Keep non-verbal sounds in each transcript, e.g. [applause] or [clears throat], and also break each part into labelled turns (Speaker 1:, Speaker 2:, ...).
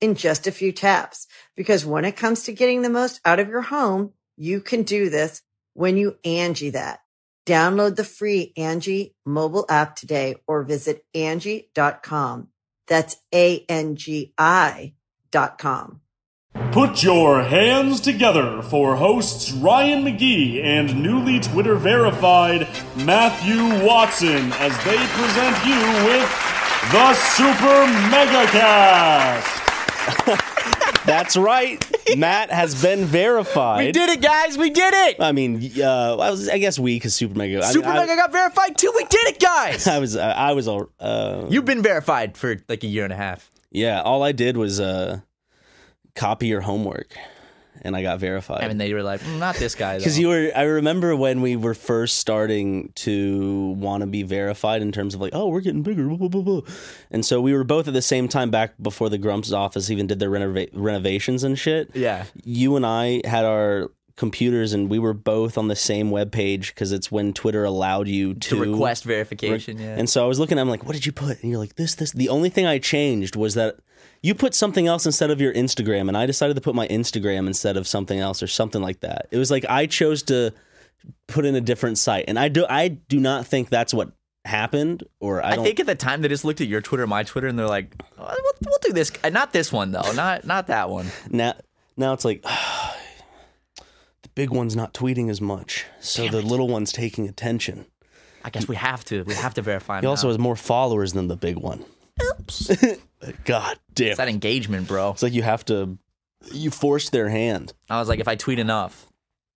Speaker 1: in just a few taps. Because when it comes to getting the most out of your home, you can do this when you Angie that. Download the free Angie mobile app today or visit Angie.com. That's A-N-G-I dot com.
Speaker 2: Put your hands together for hosts Ryan McGee and newly Twitter verified Matthew Watson as they present you with the Super Mega Cast.
Speaker 3: That's right. Matt has been verified.
Speaker 4: We did it, guys. We did it.
Speaker 3: I mean, uh, I, was, I guess we because Super Mega. I-
Speaker 4: Super
Speaker 3: I,
Speaker 4: Mega got verified too. We did it, guys.
Speaker 3: I was. Uh, I was all. Uh,
Speaker 4: [laughs] You've been verified for like a year and a half.
Speaker 3: yeah. All I did was uh, copy your homework, and I got verified.
Speaker 4: I mean, they were like, "Mm, not this guy.
Speaker 3: because you were, I remember when we were first starting to want to be verified in terms of like, oh, we're getting bigger, blah, blah, blah, blah. and so we were both at the same time back before the Grumps office even did their renova- renovations and shit.
Speaker 4: Yeah.
Speaker 3: you and I had our computers and we were both on the same web page because it's when Twitter allowed you to,
Speaker 4: To request verification. yeah.
Speaker 3: And so I was looking, I'm like, what did you put? And you're like, this, this. The only thing I changed was that you put something else instead of your Instagram, and I decided to put my Instagram instead of something else or something like that. It was like I chose to put in a different site, and I do, I do not think that's what happened, or I,
Speaker 4: I,
Speaker 3: don't.
Speaker 4: think at the time they just looked at your Twitter, my Twitter, and they're like, "Oh, "We'll, we'll do this. uh, Not this one though. Not not that one."
Speaker 3: now now it's like [sighs] the big one's not tweeting as much, so the little one's taking attention.
Speaker 4: I guess we have to. We have to verify.
Speaker 3: He also has more followers than the big one. Oops. [laughs] God damn.
Speaker 4: it's that engagement, bro.
Speaker 3: It's like you have to, you forced their hand.
Speaker 4: I was like, if I tweet enough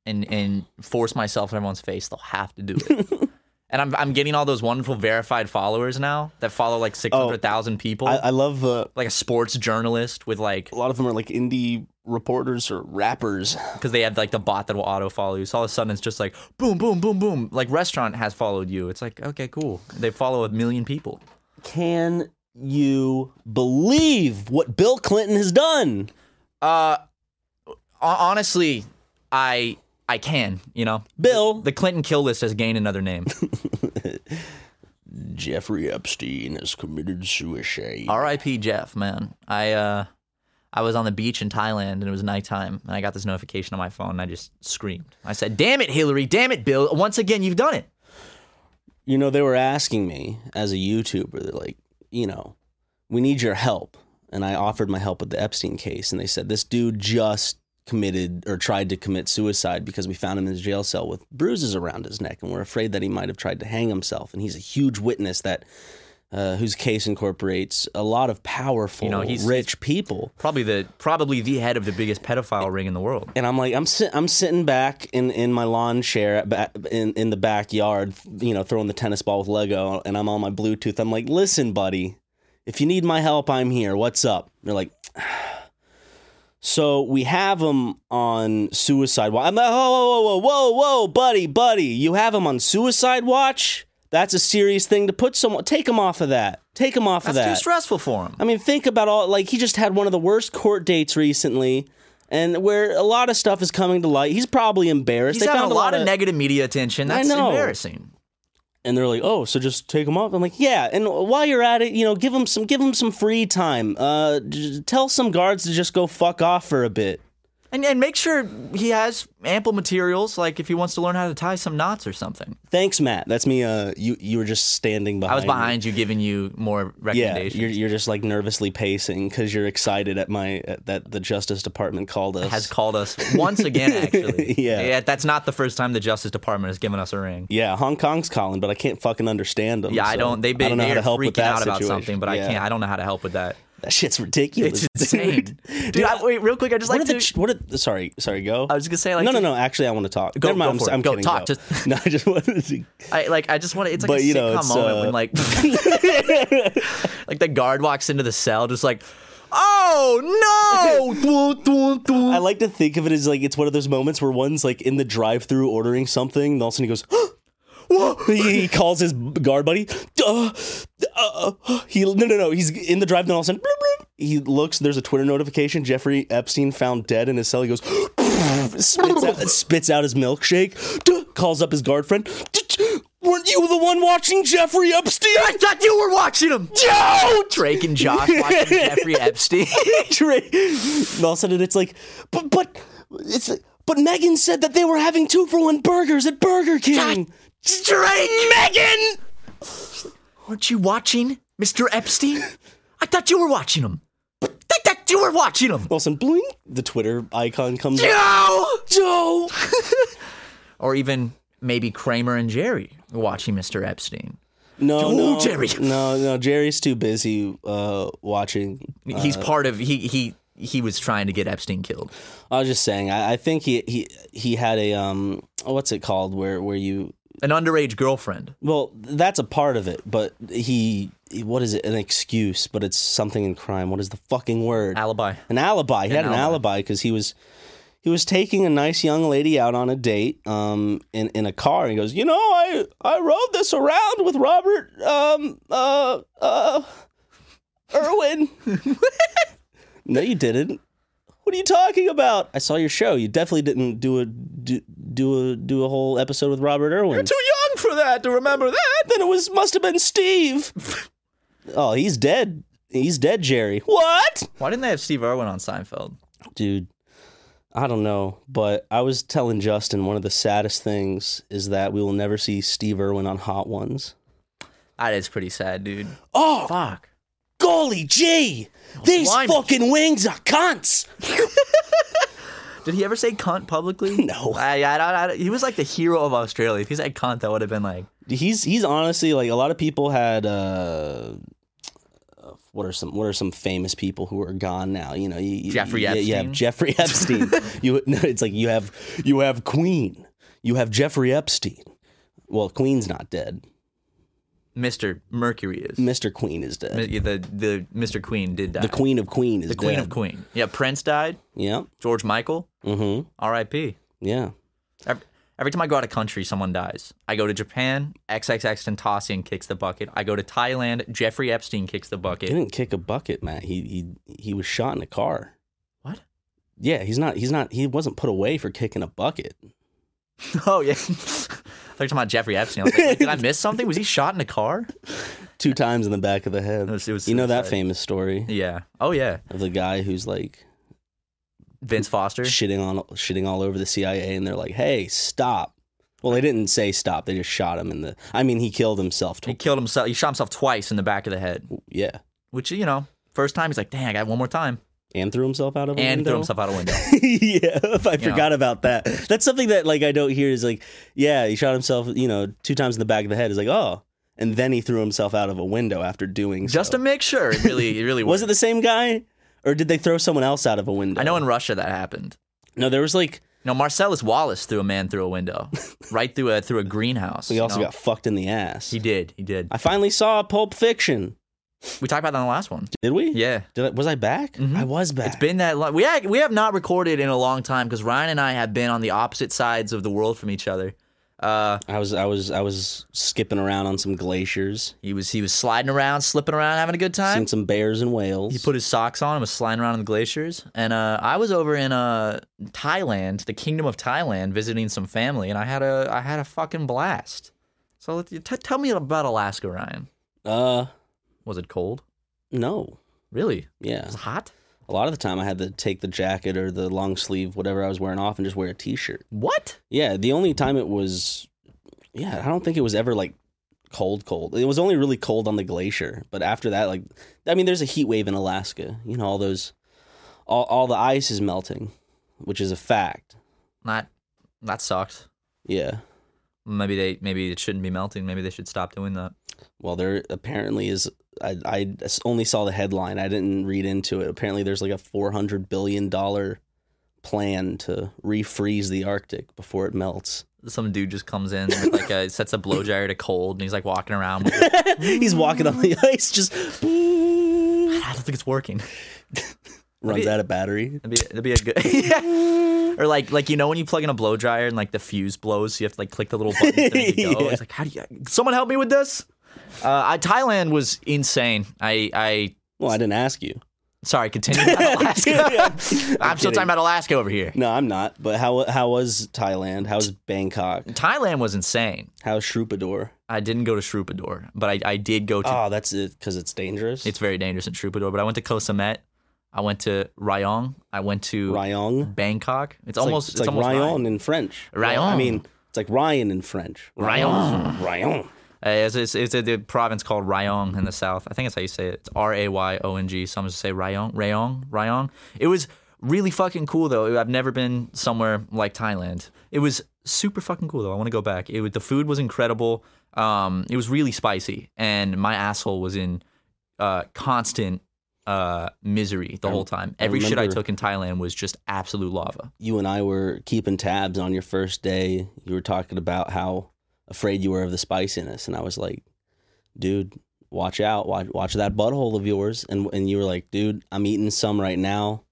Speaker 4: and and force myself in everyone's face, they'll have to do [laughs] it. and I'm I'm getting all those wonderful verified followers now that follow like six hundred thousand people.
Speaker 3: I, I love uh,
Speaker 4: like a sports journalist with like
Speaker 3: a lot of them are like indie reporters or rappers.
Speaker 4: because they have like the bot that will auto follow you. So all of a sudden it's just like boom, boom, boom, boom. Like restaurant has followed you. It's like okay, cool. They follow a million people.
Speaker 3: Can you believe what Bill Clinton has done?
Speaker 4: Hon- Uh, honestly, I I can. You know,
Speaker 3: Bill,
Speaker 4: the Clinton kill list has gained another name.
Speaker 3: Jeffrey Epstein has committed suicide.
Speaker 4: R.I.P. Jeff, man. I uh, I was on the beach in Thailand and it was nighttime and I got this notification on my phone and I just screamed. I said, "Damn it, Hillary! Damn it, Bill! Once again, you've done it."
Speaker 3: you know, they were asking me as a YouTuber, they're like, you know, we need your help. And I offered my help with the Epstein case. And they said, this dude just committed or tried to commit suicide because we found him in his jail cell with bruises around his neck. And we're afraid that he might have tried to hang himself. And he's a huge witness that. Uh, whose case incorporates a lot of powerful,
Speaker 4: You know, he's-
Speaker 3: rich people.
Speaker 4: Probably the probably the head of the biggest pedophile ring in the world.
Speaker 3: and I'm like, I'm sit- I'm sitting back in, in my lawn chair at ba- in in the backyard, you know, throwing the tennis ball with Lego, and I'm on my Bluetooth. I'm like, listen, buddy, if you need my help, I'm here. What's up? They're like, [sighs] so we have him on suicide watch. I'm like, whoa, whoa, whoa, whoa, whoa, whoa, buddy, buddy, you have him on suicide watch. That's a serious thing to put someone. Take him off of that. Take him off
Speaker 4: That's
Speaker 3: of that.
Speaker 4: too stressful for him.
Speaker 3: I mean, think about all like he just had one of the worst court dates recently, and where a lot of stuff is coming to light. He's probably embarrassed.
Speaker 4: He's having a lot of
Speaker 3: negative,
Speaker 4: negative media attention. That's
Speaker 3: know.
Speaker 4: embarrassing.
Speaker 3: and they're like, "Oh, so just take him off." I'm like, "Yeah." And while you're at it, you know, give him some give him some free time. Uh, j- tell some guards to just go fuck off for a bit.
Speaker 4: And and make sure he has ample materials, like if he wants to learn how to tie some knots or something.
Speaker 3: Thanks, Matt. That's me. Uh, you you were just standing behind.
Speaker 4: I was
Speaker 3: me.
Speaker 4: behind you, giving you more
Speaker 3: Yeah,
Speaker 4: recommendations.
Speaker 3: you're you're just like nervously pacing because you're excited at my at, that the Justice Department called us.
Speaker 4: has called us
Speaker 3: [laughs]
Speaker 4: once again. Actually,
Speaker 3: Yeah.
Speaker 4: That's not the first time the Justice Department has given us a ring.
Speaker 3: yeah, Hong Kong's calling, but I can't fucking understand them.
Speaker 4: Yeah, I don't. They've been
Speaker 3: know
Speaker 4: they
Speaker 3: how
Speaker 4: are
Speaker 3: to help with
Speaker 4: freaking
Speaker 3: that
Speaker 4: out about
Speaker 3: situation.
Speaker 4: something, but I
Speaker 3: Yeah.
Speaker 4: can't. I don't know how to help with that.
Speaker 3: That shit's ridiculous.
Speaker 4: It's
Speaker 3: [laughs]
Speaker 4: insane, dude. I, wait, real quick, I just
Speaker 3: what
Speaker 4: like
Speaker 3: are
Speaker 4: to.
Speaker 3: the ch- what are sorry sorry go.
Speaker 4: I was just gonna say, like,
Speaker 3: no no
Speaker 4: to-
Speaker 3: no. Actually, I want to talk.
Speaker 4: Go-
Speaker 3: Never mind.
Speaker 4: go
Speaker 3: I'm,
Speaker 4: for
Speaker 3: s-
Speaker 4: it.
Speaker 3: I'm
Speaker 4: Go,
Speaker 3: kidding.
Speaker 4: talk,
Speaker 3: Go. [laughs] no, I just wanted to.
Speaker 4: I like. I just want to. It's like
Speaker 3: But,
Speaker 4: a
Speaker 3: you know,
Speaker 4: sitcom
Speaker 3: it's,
Speaker 4: moment
Speaker 3: uh, [laughs]
Speaker 4: when like, like the guard walks into the cell, just like,
Speaker 3: [laughs]
Speaker 4: oh no, Dun, dun, dun.
Speaker 3: I like to think of it as like it's one of those moments where one's like in the drive-through ordering something, and all of a sudden he goes. [gasps] he, he calls his guard buddy. Uh, uh, uh, he no no no. He's in the drive. Then all of a sudden, bloop, bloop. he looks. There's a Twitter notification. Jeffrey Epstein found dead in his cell. He goes, [laughs] spits, out, spits out his milkshake. [sniffs] Duh, calls up his guard friend. [sniffs] "Tch, Weren't you the one watching Jeffrey Epstein?
Speaker 4: I thought you were watching him. No, Drake and Josh watching
Speaker 3: [laughs]
Speaker 4: Jeffrey Epstein.
Speaker 3: Drake. And all of a sudden, it's like, but but it's like, but Megan said that they were having two for one burgers at Burger King.
Speaker 4: Drake, Megan. Weren't you watching Mr. Epstein? I thought you were watching him. I thought you were watching him.
Speaker 3: All of a sudden, bling, the Twitter icon comes. up.
Speaker 4: No.
Speaker 3: Joe.
Speaker 4: [laughs] or even maybe Kramer and Jerry watching Mr. Epstein.
Speaker 3: No,
Speaker 4: Oh,
Speaker 3: no,
Speaker 4: Jerry.
Speaker 3: No, no, Jerry's too busy uh, watching.
Speaker 4: He's part of he he he was trying to get Epstein killed.
Speaker 3: I was just saying. I, I think he he he had a um. What's it called? Where where you?
Speaker 4: An underage girlfriend.
Speaker 3: Well, that's a part of it, but he. What is it? An excuse, but it's something in crime. What is the fucking word?
Speaker 4: Alibi.
Speaker 3: an alibi. He had an
Speaker 4: alibi.
Speaker 3: alibi because he was he was taking a nice young lady out on a date um, in in a car. And he goes, you know, I I rode this around with Robert um uh uh [laughs] Irwin. no, you didn't. What are you talking about? I saw your show. You definitely didn't do a do, do a do a whole episode with Robert Irwin.
Speaker 4: young for that to remember that.
Speaker 3: then it was must have been Steve. [laughs] oh, he's dead. He's dead, Jerry. What?
Speaker 4: Why didn't they have Steve Irwin on Seinfeld?
Speaker 3: dude i don't know but i was telling justin one of the saddest things is that we will never see steve irwin on hot ones
Speaker 4: That is pretty sad, dude.
Speaker 3: oh
Speaker 4: Fuck.
Speaker 3: golly gee these
Speaker 4: blimey.
Speaker 3: fucking wings are cunts
Speaker 4: Did he ever say cunt publicly? [laughs]
Speaker 3: No.
Speaker 4: I, I, I- I- he was like the hero of Australia. If he said cunt, that would have been like
Speaker 3: he's he's honestly like a lot of people had uh uh, what are some what are some famous people who are gone now? You know, you, you-
Speaker 4: Jeffrey
Speaker 3: you, you have
Speaker 4: Epstein. [laughs]
Speaker 3: Jeffrey Epstein. you no, it's like you have you have Queen. You have Jeffrey Epstein. Well, Queen's not dead.
Speaker 4: Mr. Mercury is.
Speaker 3: Mr. Queen is dead.
Speaker 4: Mi- The, the Mr. Queen did die.
Speaker 3: The Queen of Queen is
Speaker 4: The Queen
Speaker 3: dead.
Speaker 4: of Queen. Yeah, Prince died.
Speaker 3: Yeah.
Speaker 4: George Michael,
Speaker 3: Mm-hmm.
Speaker 4: R.I.P.
Speaker 3: Yeah.
Speaker 4: Every, every time I go out of country, someone dies. I go to Japan, XXX Tentacion kicks the bucket. I go to Thailand, Jeffrey Epstein kicks the
Speaker 3: He
Speaker 4: bucket.
Speaker 3: didn't kick a bucket, Matt. He he he was shot in a car.
Speaker 4: What? [laughs]
Speaker 3: Yeah, he's not. He's not. He wasn't put away for kicking a bucket.
Speaker 4: Oh yeah. [laughs] They're talking about Jeffrey Epstein. I was like, wait, did I miss something? Was he shot in a car?
Speaker 3: Two times in the back of the head.
Speaker 4: It was- it was
Speaker 3: you know that
Speaker 4: suicide.
Speaker 3: famous story
Speaker 4: Yeah. Oh yeah.
Speaker 3: of the guy who's like
Speaker 4: Vince Foster.
Speaker 3: shitting on shitting all over the CIA, and they're like, "Hey, stop." Well, they didn't say stop. They just shot him in the. I mean, he killed himself.
Speaker 4: He
Speaker 3: Tw-
Speaker 4: killed himself. He shot himself twice in the back of the head.
Speaker 3: yeah,
Speaker 4: Which you know, first time he's like, "Dang, I got one more time,"
Speaker 3: and threw himself out of a
Speaker 4: and
Speaker 3: window.
Speaker 4: threw himself out a
Speaker 3: [laughs]
Speaker 4: window.
Speaker 3: yeah, I forgot
Speaker 4: know.
Speaker 3: about that. That's something that like I don't hear is like, yeah, he shot himself, you know, two times in the back of the head. Is like, oh, and then he threw himself out of a window after doing.
Speaker 4: Just
Speaker 3: so.
Speaker 4: to make sure, it really, it
Speaker 3: [laughs]
Speaker 4: really
Speaker 3: was
Speaker 4: was.
Speaker 3: it the same guy, or did they throw someone else out of a window?
Speaker 4: I know in Russia that happened.
Speaker 3: No, there was like
Speaker 4: You know, Marcellus Wallace threw a man through
Speaker 3: [laughs]
Speaker 4: a window, right through a through a greenhouse.
Speaker 3: he
Speaker 4: you
Speaker 3: also
Speaker 4: know?
Speaker 3: got fucked in the ass.
Speaker 4: He did. He did.
Speaker 3: I finally saw Pulp Fiction.
Speaker 4: We talked about that on the last one.
Speaker 3: Did we?
Speaker 4: Yeah. Mm-hmm.
Speaker 3: Did I, was I back? I was back.
Speaker 4: It's been that long. We ha- we have not recorded in a long time because Ryan and I have been on the opposite sides of the world from each other. Uh,
Speaker 3: I was I was I was skipping around on some glaciers,
Speaker 4: he was he was sliding around, slipping around, having a good time.
Speaker 3: seen some bears and whales.
Speaker 4: He put his socks on and was sliding around in the glaciers. And uh, I was over in uh, Thailand, the kingdom of Thailand, visiting some family, and I had a I had a fucking blast. So let, t- tell me about Alaska, Ryan.
Speaker 3: uh,
Speaker 4: Was it cold?
Speaker 3: no,
Speaker 4: Really?
Speaker 3: yeah.
Speaker 4: Was it hot?
Speaker 3: a lot of the time I had to take the jacket or the long sleeve, whatever I was wearing off, and just wear a t shirt.
Speaker 4: What?
Speaker 3: Yeah, the only time it was, yeah, I don't think it was ever like cold, cold. It was only really cold on the glacier, but after that, like, I mean, there's a heat wave in Alaska. You know, all those, all all the ice is melting, which is a fact.
Speaker 4: Not that sucked.
Speaker 3: Yeah.
Speaker 4: Maybe they maybe it shouldn't be melting. Maybe they should stop doing that.
Speaker 3: Well, there apparently is. I I s- only saw the headline. I didn't read into it. Apparently, there's like a four hundred billion dollar plan to refreeze the Arctic before it melts.
Speaker 4: Some dude just comes in with like a [laughs] sets a blow dryer to cold and he's like walking around.
Speaker 3: [laughs]
Speaker 4: with-
Speaker 3: He's walking on the
Speaker 4: Mm.
Speaker 3: ice, just
Speaker 4: I don't think it's working.
Speaker 3: runs
Speaker 4: Maybe-
Speaker 3: out of battery.
Speaker 4: That'd be, that'd be
Speaker 3: [laughs]
Speaker 4: a good. [laughs] Yeah. Or like like you know when you plug in a blow dryer and like the fuse blows, so you have to like click the little button
Speaker 3: [laughs]
Speaker 4: and it go.
Speaker 3: Yeah.
Speaker 4: It's like how do you? Someone help me with this. Uh, I, Thailand was insane. I I
Speaker 3: Well, I didn't ask
Speaker 4: [laughs]
Speaker 3: you. [laughs]
Speaker 4: sorry. Continue. about Alaska. I'm, still
Speaker 3: kidding.
Speaker 4: talking about Alaska over here.
Speaker 3: [laughs] No, I'm not. But how how was Thailand? How's Bangkok?
Speaker 4: Thailand was insane.
Speaker 3: How's Shrupador?
Speaker 4: I didn't go to Shrupador, but I, I did go to.
Speaker 3: Oh, that's it because it's dangerous.
Speaker 4: It's very dangerous in Shrupador, but I went to Koh Samet. I went to Rayong. I went to
Speaker 3: Rayong.
Speaker 4: Bangkok. It's,
Speaker 3: It's like-
Speaker 4: almost
Speaker 3: it's like,
Speaker 4: almost Ryan.
Speaker 3: Rayon in French. Well, I
Speaker 4: Rayon.
Speaker 3: mean, it's like Ryan in French.
Speaker 4: Rayon.
Speaker 3: Rayon.
Speaker 4: Uh, it's, it's, it's a, the province called Rayong in the south. I think that's how you say it. It's R A Y O N G. Some just say Rayong, Rayong, Rayong. It was really fucking cool though. I've never been somewhere like Thailand. It was super fucking cool though. I want to go back. It was, the food was incredible. Um, it was really spicy, and my asshole was in uh, constant uh, misery the whole time. Every shit I
Speaker 3: remember-
Speaker 4: took in Thailand was just absolute lava.
Speaker 3: You and I were keeping tabs on your first day. You were talking about how afraid you were of the spiciness, and I was like, "Dude, watch out! Watch, watch that butthole of yours." And and you were like, "Dude, I'm eating some right now,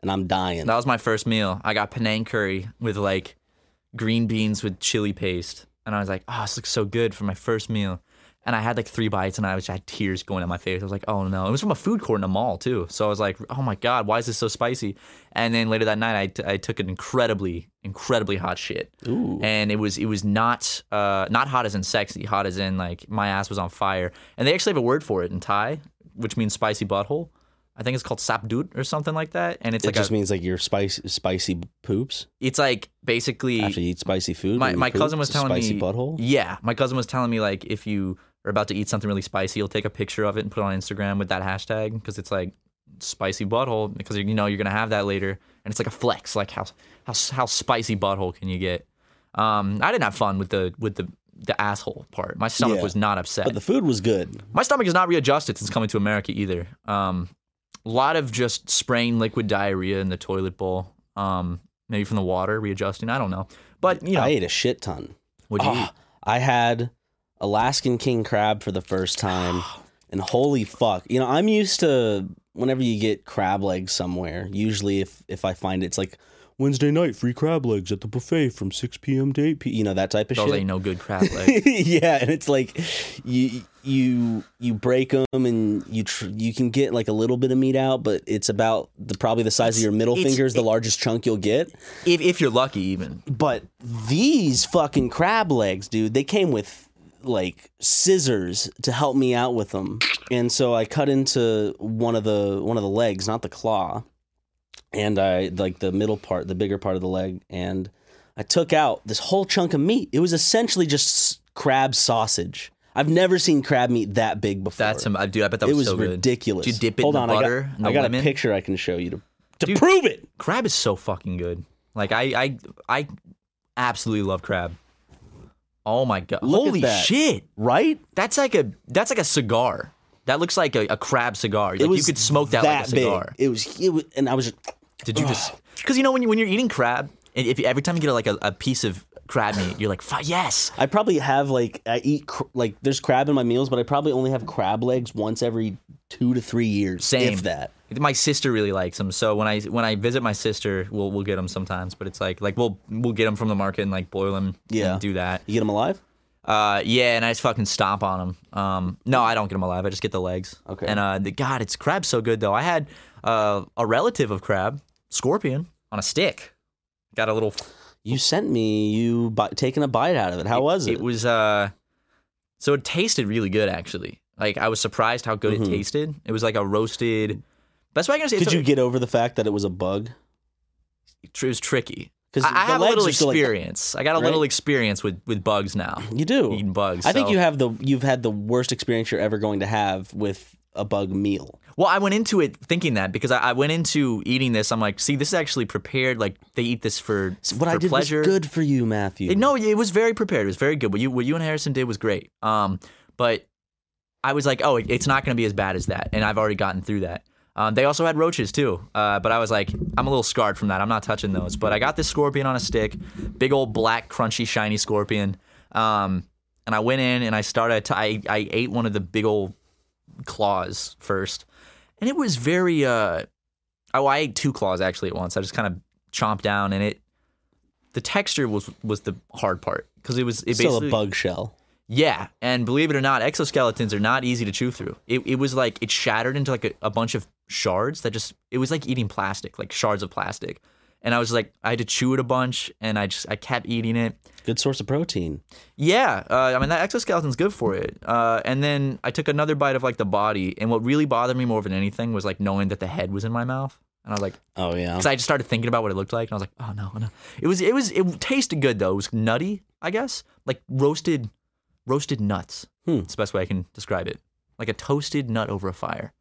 Speaker 3: and I'm dying."
Speaker 4: That was my first meal. I got Penang curry with like green beans with chili paste. And I was like, oh, this looks so good for my first meal. And I had like three bites and I was I had tears going down my face. I was like, oh no. It was from a food court in a mall too. So I was like, oh my God, why is this so spicy? And then later that night, I, t- I took an incredibly, incredibly hot shit.
Speaker 3: Ooh.
Speaker 4: And it was it was not uh, not hot as in sexy, hot as in like my ass was on fire. And they actually have a word for it in Thai, which means spicy butthole. I think it's called sapdut or something like that. And it's
Speaker 3: it
Speaker 4: like
Speaker 3: just
Speaker 4: a,
Speaker 3: means like your spicy spicy poops
Speaker 4: it's like basically
Speaker 3: after you eat spicy food.
Speaker 4: my,
Speaker 3: when you
Speaker 4: my
Speaker 3: poop,
Speaker 4: cousin was
Speaker 3: it's a
Speaker 4: telling
Speaker 3: spicy
Speaker 4: me
Speaker 3: butthole.
Speaker 4: yeah my cousin was telling me like if you are about to eat something really spicy you'll take a picture of it and put it on instagram with that hashtag because it's like spicy butthole because you know you're gonna have that later and it's like a flex like how how how spicy butthole can you get um i didn't have fun with the with the the asshole part my stomach
Speaker 3: Yeah.
Speaker 4: was not upset
Speaker 3: But the food was good.
Speaker 4: my stomach has not readjusted since coming to America either. Um, a lot of just spraying liquid diarrhea in the toilet bowl, um, maybe from the water readjusting. I don't know, but you know,
Speaker 3: I ate a shit ton.
Speaker 4: would you?
Speaker 3: Ah, I had Alaskan king crab for the first
Speaker 4: [gasps]
Speaker 3: time, and holy fuck! You know, I'm used to whenever you get crab legs somewhere. Usually, if if I find it's like Wednesday night free crab legs at the buffet from 6 p.m. to 8 p.m. You know that type of
Speaker 4: Those
Speaker 3: shit. [laughs]
Speaker 4: ain't no good crab leg.
Speaker 3: yeah, and it's like you you you break them and you tr- you can get like a little bit of meat out, but it's about the probably the size of your middle
Speaker 4: it's-
Speaker 3: finger is the largest chunk you'll get.
Speaker 4: if if you're lucky, even
Speaker 3: But these fucking crab legs, dude, they came with like scissors to help me out with them, and so I cut into one of the one of the legs, not the claw, and I like the middle part, the bigger part of the leg, and I took out this whole chunk of meat. It was essentially just s- crab sausage. I've never seen crab meat that big before.
Speaker 4: that's some. I- Dude, I bet that
Speaker 3: it
Speaker 4: was,
Speaker 3: was
Speaker 4: so good.
Speaker 3: ridiculous.
Speaker 4: Did you dip it
Speaker 3: Hold
Speaker 4: in
Speaker 3: on,
Speaker 4: the
Speaker 3: I got-
Speaker 4: butter
Speaker 3: I
Speaker 4: and
Speaker 3: got,
Speaker 4: the
Speaker 3: a
Speaker 4: lemon?
Speaker 3: picture I can show you to to
Speaker 4: Dude.
Speaker 3: prove it.
Speaker 4: Crab is so fucking good. Like I I I absolutely love crab. Oh my god!
Speaker 3: Look at
Speaker 4: Holy
Speaker 3: that.
Speaker 4: shit!
Speaker 3: Right?
Speaker 4: That's like a that's like a cigar. That looks like a, a crab cigar. Like you could smoke that, like a cigar.
Speaker 3: Big. It was, it was, and I was just
Speaker 4: Did you [sighs] just? Because you know when you when you're eating crab, and if you, every time you get like a, a piece of crab meat, you're like, "Fuck, yes,
Speaker 3: I probably have like I eat cr- like there's crab in my meals, but I probably only have crab legs once every two to three years,
Speaker 4: same."
Speaker 3: if that.
Speaker 4: My sister really likes them, so when I when I visit my sister, we'll we'll get them sometimes. But it's like like we'll we'll get them from the market and like boil them.
Speaker 3: Yeah.
Speaker 4: and do that.
Speaker 3: You get them alive?
Speaker 4: Uh, yeah, and I just fucking stomp on them. Um, no, I don't get them alive. I just get the legs.
Speaker 3: Okay.
Speaker 4: And uh, the, God, it's crab's so good though. I had uh, a relative of crab, scorpion, on a stick. Got a little
Speaker 3: You sent me you bi- taking a bite out of it. How was it?
Speaker 4: It was uh so it tasted really good actually. Like I was surprised how good it tasted. It was like a roasted That's why I'm gonna say
Speaker 3: Mm-hmm. Did
Speaker 4: it's
Speaker 3: you get over the fact that it was a bug?
Speaker 4: it was tricky.
Speaker 3: Because
Speaker 4: I, I have a little experience. I got a
Speaker 3: right?
Speaker 4: little experience with with
Speaker 3: [laughs]
Speaker 4: bugs now.
Speaker 3: you do.
Speaker 4: Eating bugs.
Speaker 3: I think
Speaker 4: so-
Speaker 3: you have the you've had the worst experience you're ever going to have with a bug meal.
Speaker 4: Well, I went into it thinking that because I, I went into eating this. I'm like, see, this is actually prepared. Like they eat this for
Speaker 3: So what
Speaker 4: for
Speaker 3: I did
Speaker 4: pleasure.
Speaker 3: was good for you, Matthew.
Speaker 4: It- no, it was very prepared. It was very good. What you what you and Harrison did was great. Um, but I was like, oh, it- it's not going to be as bad as that, and I've already gotten through that. Um, they also had roaches too, uh, but I was like, I'm a little scarred from that. I'm not touching those. But I got this scorpion on a stick, big old black, crunchy, shiny scorpion. Um, and I went in and I started. To, I I ate one of the big old claws first, and it was very. Uh, oh, I ate two claws actually at once. I just kind of chomped down, and it. The texture was was the hard part because it was it
Speaker 3: still
Speaker 4: basically
Speaker 3: a bug shell.
Speaker 4: yeah, and believe it or not, exoskeletons are not easy to chew through. It, it was like it shattered into like a, a bunch of shards that just it was like eating plastic, like shards of plastic. And I was like, I had to chew it a bunch, and I just I kept eating it.
Speaker 3: Good source of protein.
Speaker 4: Yeah, uh, I mean that exoskeleton's good for it. Uh, and then I took another bite of like the body, and what really bothered me more than anything was like knowing that the head was in my mouth, and I was like,
Speaker 3: Oh yeah.
Speaker 4: because I just started thinking about what it looked like, and I was like, oh no, no. It was it was it tasted good though. It was nutty, I guess, like roasted roasted nuts.
Speaker 3: Hmm.
Speaker 4: It's the best way I can describe it, like a toasted nut over a fire.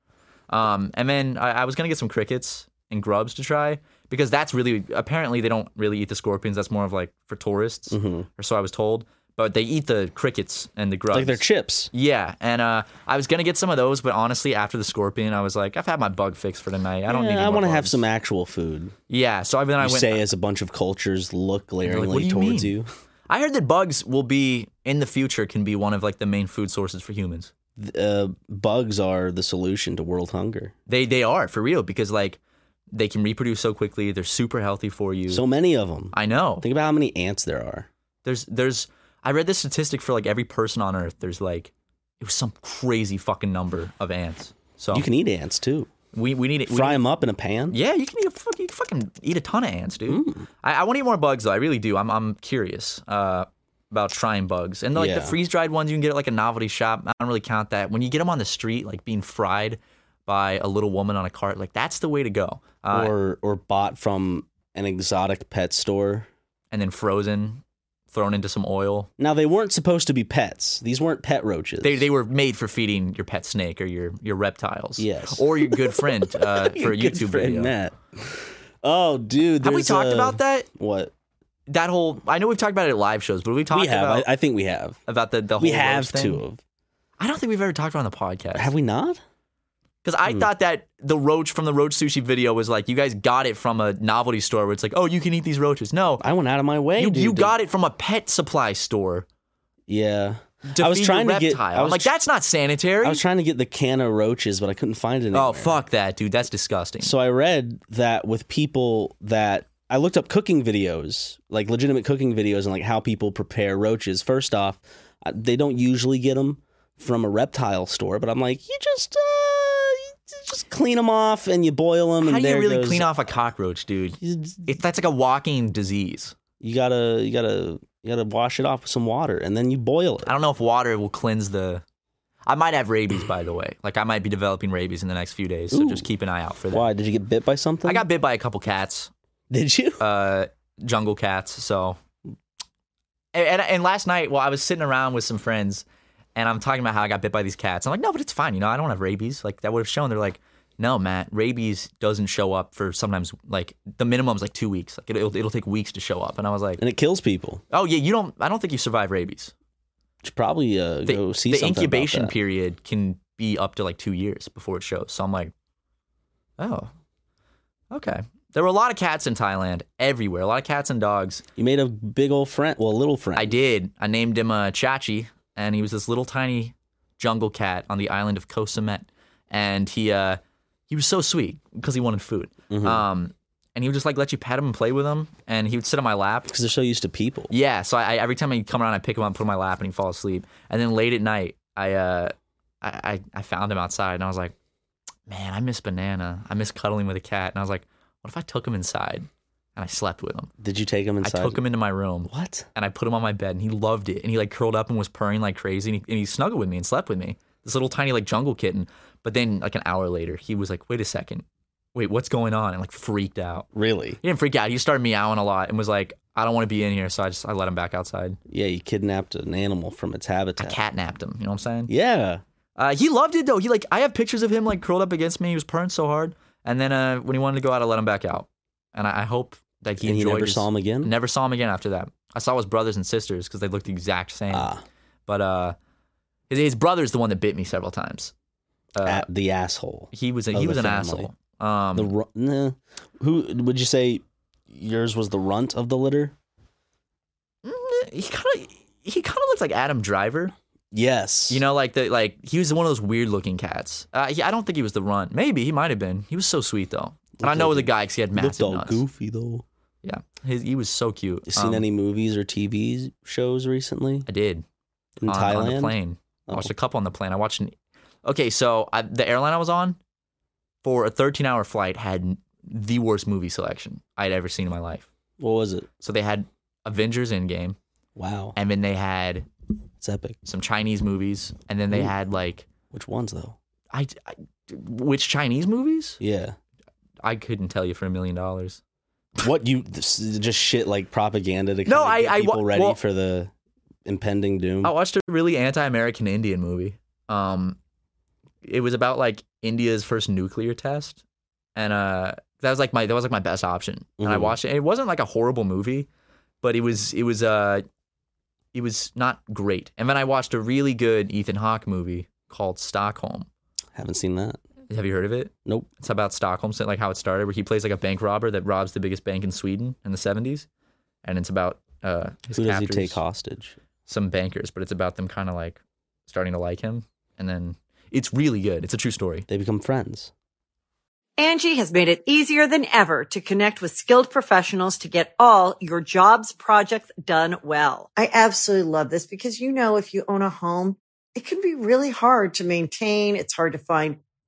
Speaker 4: Um, and then I, I was gonna get some crickets and grubs to try because that's really apparently they don't really eat the scorpions. That's more of like for tourists,
Speaker 3: Mm-hmm.
Speaker 4: or so I was told. But they eat the crickets and the grubs.
Speaker 3: Like they're chips.
Speaker 4: Yeah, and uh, I was gonna get some of those, but honestly, after the scorpion, I was like, I've had my bug fix for tonight. I don't
Speaker 3: Yeah,
Speaker 4: need. any
Speaker 3: I
Speaker 4: more
Speaker 3: wanna have
Speaker 4: bugs.
Speaker 3: some actual food.
Speaker 4: Yeah, so I then I
Speaker 3: You
Speaker 4: went.
Speaker 3: say as a bunch of cultures look
Speaker 4: like,
Speaker 3: glaringly
Speaker 4: "What do you
Speaker 3: towards
Speaker 4: mean?"
Speaker 3: you.
Speaker 4: I heard that bugs will be in the future can be one of like the main food sources for humans.
Speaker 3: Th- Uh, bugs are the solution to world hunger.
Speaker 4: They they are for real because like they can reproduce so quickly. They're super healthy for you.
Speaker 3: So many of them.
Speaker 4: I know.
Speaker 3: Think about how many ants there are.
Speaker 4: There's there's I read this statistic for like every person on Earth. There's like it was some crazy fucking number of ants. So
Speaker 3: You can eat ants too.
Speaker 4: we we need it. Oh. we
Speaker 3: Fry them up in a pan.
Speaker 4: Yeah, you can eat a fuck, you can fucking eat a ton of ants, dude. I, I want to eat more bugs though. I really do. I'm I'm curious uh, about trying bugs and like the
Speaker 3: Yeah.
Speaker 4: freeze dried ones you can get at like a novelty shop. I don't really count that. When you get them on the street, like being fried by a little woman on a cart, like that's the way to go. Uh,
Speaker 3: Or or bought from an exotic pet store.
Speaker 4: and then frozen, thrown into some oil.
Speaker 3: Now they weren't supposed to be pets. These weren't pet roaches.
Speaker 4: They,
Speaker 3: [laughs]
Speaker 4: they were made for feeding your pet snake or your, your reptiles.
Speaker 3: Yes.
Speaker 4: Or your good friend
Speaker 3: [laughs]
Speaker 4: uh, for a
Speaker 3: Good
Speaker 4: YouTube
Speaker 3: friend,
Speaker 4: video.
Speaker 3: Matt. Oh, dude.
Speaker 4: Have we
Speaker 3: there's
Speaker 4: talked
Speaker 3: a-
Speaker 4: about that?
Speaker 3: What
Speaker 4: That whole I know we've talked about it at live shows, but we talked
Speaker 3: we have?
Speaker 4: about
Speaker 3: I, I think we have.
Speaker 4: about the, the whole
Speaker 3: We
Speaker 4: roast
Speaker 3: have
Speaker 4: thing?
Speaker 3: two of.
Speaker 4: I don't think we've ever talked about it on the podcast.
Speaker 3: Have we Hmm. not?
Speaker 4: Because I thought that the roach from the roach sushi video was like, you guys got it from a novelty store where it's like, oh, you can eat these roaches. No,
Speaker 3: I went out of my way.
Speaker 4: you,
Speaker 3: dude,
Speaker 4: you
Speaker 3: to-
Speaker 4: got it from a pet supply store.
Speaker 3: Yeah.
Speaker 4: To
Speaker 3: I was
Speaker 4: feed
Speaker 3: trying
Speaker 4: your
Speaker 3: to get.
Speaker 4: reptile.
Speaker 3: I was
Speaker 4: am like,
Speaker 3: tr-
Speaker 4: that's not sanitary.
Speaker 3: I was trying to get the can of roaches, but I couldn't find it. Anywhere.
Speaker 4: oh, fuck that, dude. That's disgusting.
Speaker 3: So I read that with people that I looked up cooking videos, like legitimate cooking videos, and like how people prepare roaches. First off, uh, they don't usually get them from a reptile store, but I'm like, you just uh, you just clean them off and you boil them.
Speaker 4: How
Speaker 3: and
Speaker 4: do you
Speaker 3: there
Speaker 4: really
Speaker 3: goes-
Speaker 4: clean off a cockroach, dude?
Speaker 3: You,
Speaker 4: It, that's like a walking disease.
Speaker 3: you gotta you gotta you gotta wash it off with some water and then you boil it.
Speaker 4: I don't know if water will cleanse the. I might have rabies, by the way. Like, I might be developing rabies in the next few days. So
Speaker 3: Ooh.
Speaker 4: just keep an eye out for that.
Speaker 3: Why did you get bit by something?
Speaker 4: I got bit by a couple cats.
Speaker 3: Did you?
Speaker 4: uh, jungle cats. So, and, and and last night, well, I was sitting around with some friends, and I'm talking about how I got bit by these cats. I'm like, no, but it's fine. You know, I don't have rabies. Like that would have shown. They're like, no, Matt, rabies doesn't show up for sometimes like the minimum's like two weeks. Like it, will it'll take weeks to show up. And I was like,
Speaker 3: And it kills people.
Speaker 4: oh yeah, you don't. I don't think you survive rabies.
Speaker 3: Should probably uh,
Speaker 4: The,
Speaker 3: go see
Speaker 4: the
Speaker 3: something about
Speaker 4: incubation
Speaker 3: that.
Speaker 4: period can be up to like two years before it shows. So I'm like, oh, okay. There were a lot of cats in Thailand everywhere. A lot of cats and dogs.
Speaker 3: You made a big old friend, well, a little friend.
Speaker 4: I did. I named him uh, Chachi, and he was this little tiny jungle cat on the island of Koh Samet. And he uh, he was so sweet because he wanted food. Um, and he would just like let you pet him and play with him, and he would sit on my lap.
Speaker 3: because they're so used to people.
Speaker 4: Yeah, so I, I every time I come around, I pick him up, put him on my lap, and he falls asleep. And then late at night, I uh, I, I I found him outside, and I was like, man, I miss banana. I miss cuddling with a cat. And I was like, what if I took him inside and I slept with him?
Speaker 3: Did you take him inside?
Speaker 4: I took him into my room
Speaker 3: What?
Speaker 4: and I put him on my bed, and he loved it. And he like curled up and was purring like crazy, and he, and he snuggled with me and slept with me. This little tiny like jungle kitten. But then like an hour later, he was like, "Wait a second, wait, what's going on? And like freaked out.
Speaker 3: Really?
Speaker 4: He didn't freak out. He started meowing a lot and was like, I don't want to be in here. So I just, I let him back outside.
Speaker 3: Yeah, you kidnapped an animal from its
Speaker 4: I
Speaker 3: habitat.
Speaker 4: catnapped him. You know what I'm saying?
Speaker 3: Yeah.
Speaker 4: Uh, he loved it though. He like I have pictures of him like curled up against me. He was purring so hard. And then uh, when he wanted to go out, I let him back out. And I, I hope that he
Speaker 3: and you
Speaker 4: enjoyed.
Speaker 3: never
Speaker 4: his-
Speaker 3: saw him again?
Speaker 4: Never saw him again after that. I saw his brothers and sisters because they looked the exact same.
Speaker 3: Ah,
Speaker 4: But uh, his, his brother's the one that bit me several times. Uh,
Speaker 3: at the asshole.
Speaker 4: he was a,
Speaker 3: of
Speaker 4: he
Speaker 3: Oh, the
Speaker 4: was an
Speaker 3: family.
Speaker 4: asshole. Um,
Speaker 3: The ru- nah. Who would you say yours was the runt of the litter?
Speaker 4: mm, he kind of he kind of looked like Adam Driver.
Speaker 3: Yes.
Speaker 4: You know, like the like he was one of those weird looking cats. Uh, he, I don't think he was the runt. Maybe he might have been. He was so sweet though. And I
Speaker 3: Looked
Speaker 4: know
Speaker 3: like
Speaker 4: the
Speaker 3: he-
Speaker 4: guy because he had
Speaker 3: looked
Speaker 4: massive
Speaker 3: all
Speaker 4: nuts.
Speaker 3: goofy though.
Speaker 4: Yeah, his, he was so cute.
Speaker 3: You seen
Speaker 4: Um,
Speaker 3: any movies or TV shows recently
Speaker 4: I did
Speaker 3: in
Speaker 4: on,
Speaker 3: Thailand?
Speaker 4: on the plane. I
Speaker 3: Oh.
Speaker 4: watched a couple on the plane. I watched an. Okay, so I, the airline I was on for a 13 hour flight had the worst movie selection I had ever seen in my life.
Speaker 3: What was it?
Speaker 4: So they had Avengers Endgame,
Speaker 3: Wow,
Speaker 4: and then they had
Speaker 3: it's epic.
Speaker 4: some Chinese movies, and then they
Speaker 3: Ooh.
Speaker 4: had like
Speaker 3: Which ones though?
Speaker 4: I, I which Chinese movies?
Speaker 3: Yeah.
Speaker 4: I couldn't tell you for a million dollars.
Speaker 3: What you this is just shit like propaganda to
Speaker 4: No,
Speaker 3: kinda
Speaker 4: I-
Speaker 3: get
Speaker 4: I wa-
Speaker 3: people ready
Speaker 4: well- Oh.
Speaker 3: for the impending doom.
Speaker 4: I watched a really anti-American Indian movie. Um, it was about like India's first nuclear test, and uh, that was like my that was like my best option. And I
Speaker 3: Mhm.
Speaker 4: watched it. It wasn't like a horrible movie, but it was it was uh, it was not great. And then I watched a really good Ethan Hawke movie called Stockholm.
Speaker 3: Haven't seen that.
Speaker 4: Have you heard of it?
Speaker 3: Nope.
Speaker 4: It's about Stockholm, so, like how it started, where he plays like a bank robber that robs the biggest bank in Sweden in the '70s, and it's about uh, his
Speaker 3: Who does he
Speaker 4: captors
Speaker 3: take hostage?
Speaker 4: some bankers, but it's about them kind of like starting to like him. And then it's really good. It's a true story.
Speaker 3: They become friends.
Speaker 1: Angie has made it easier than ever to connect with skilled professionals to get all your jobs projects done well. I absolutely love this because, you know, if you own a home, it can be really hard to maintain. It's hard to find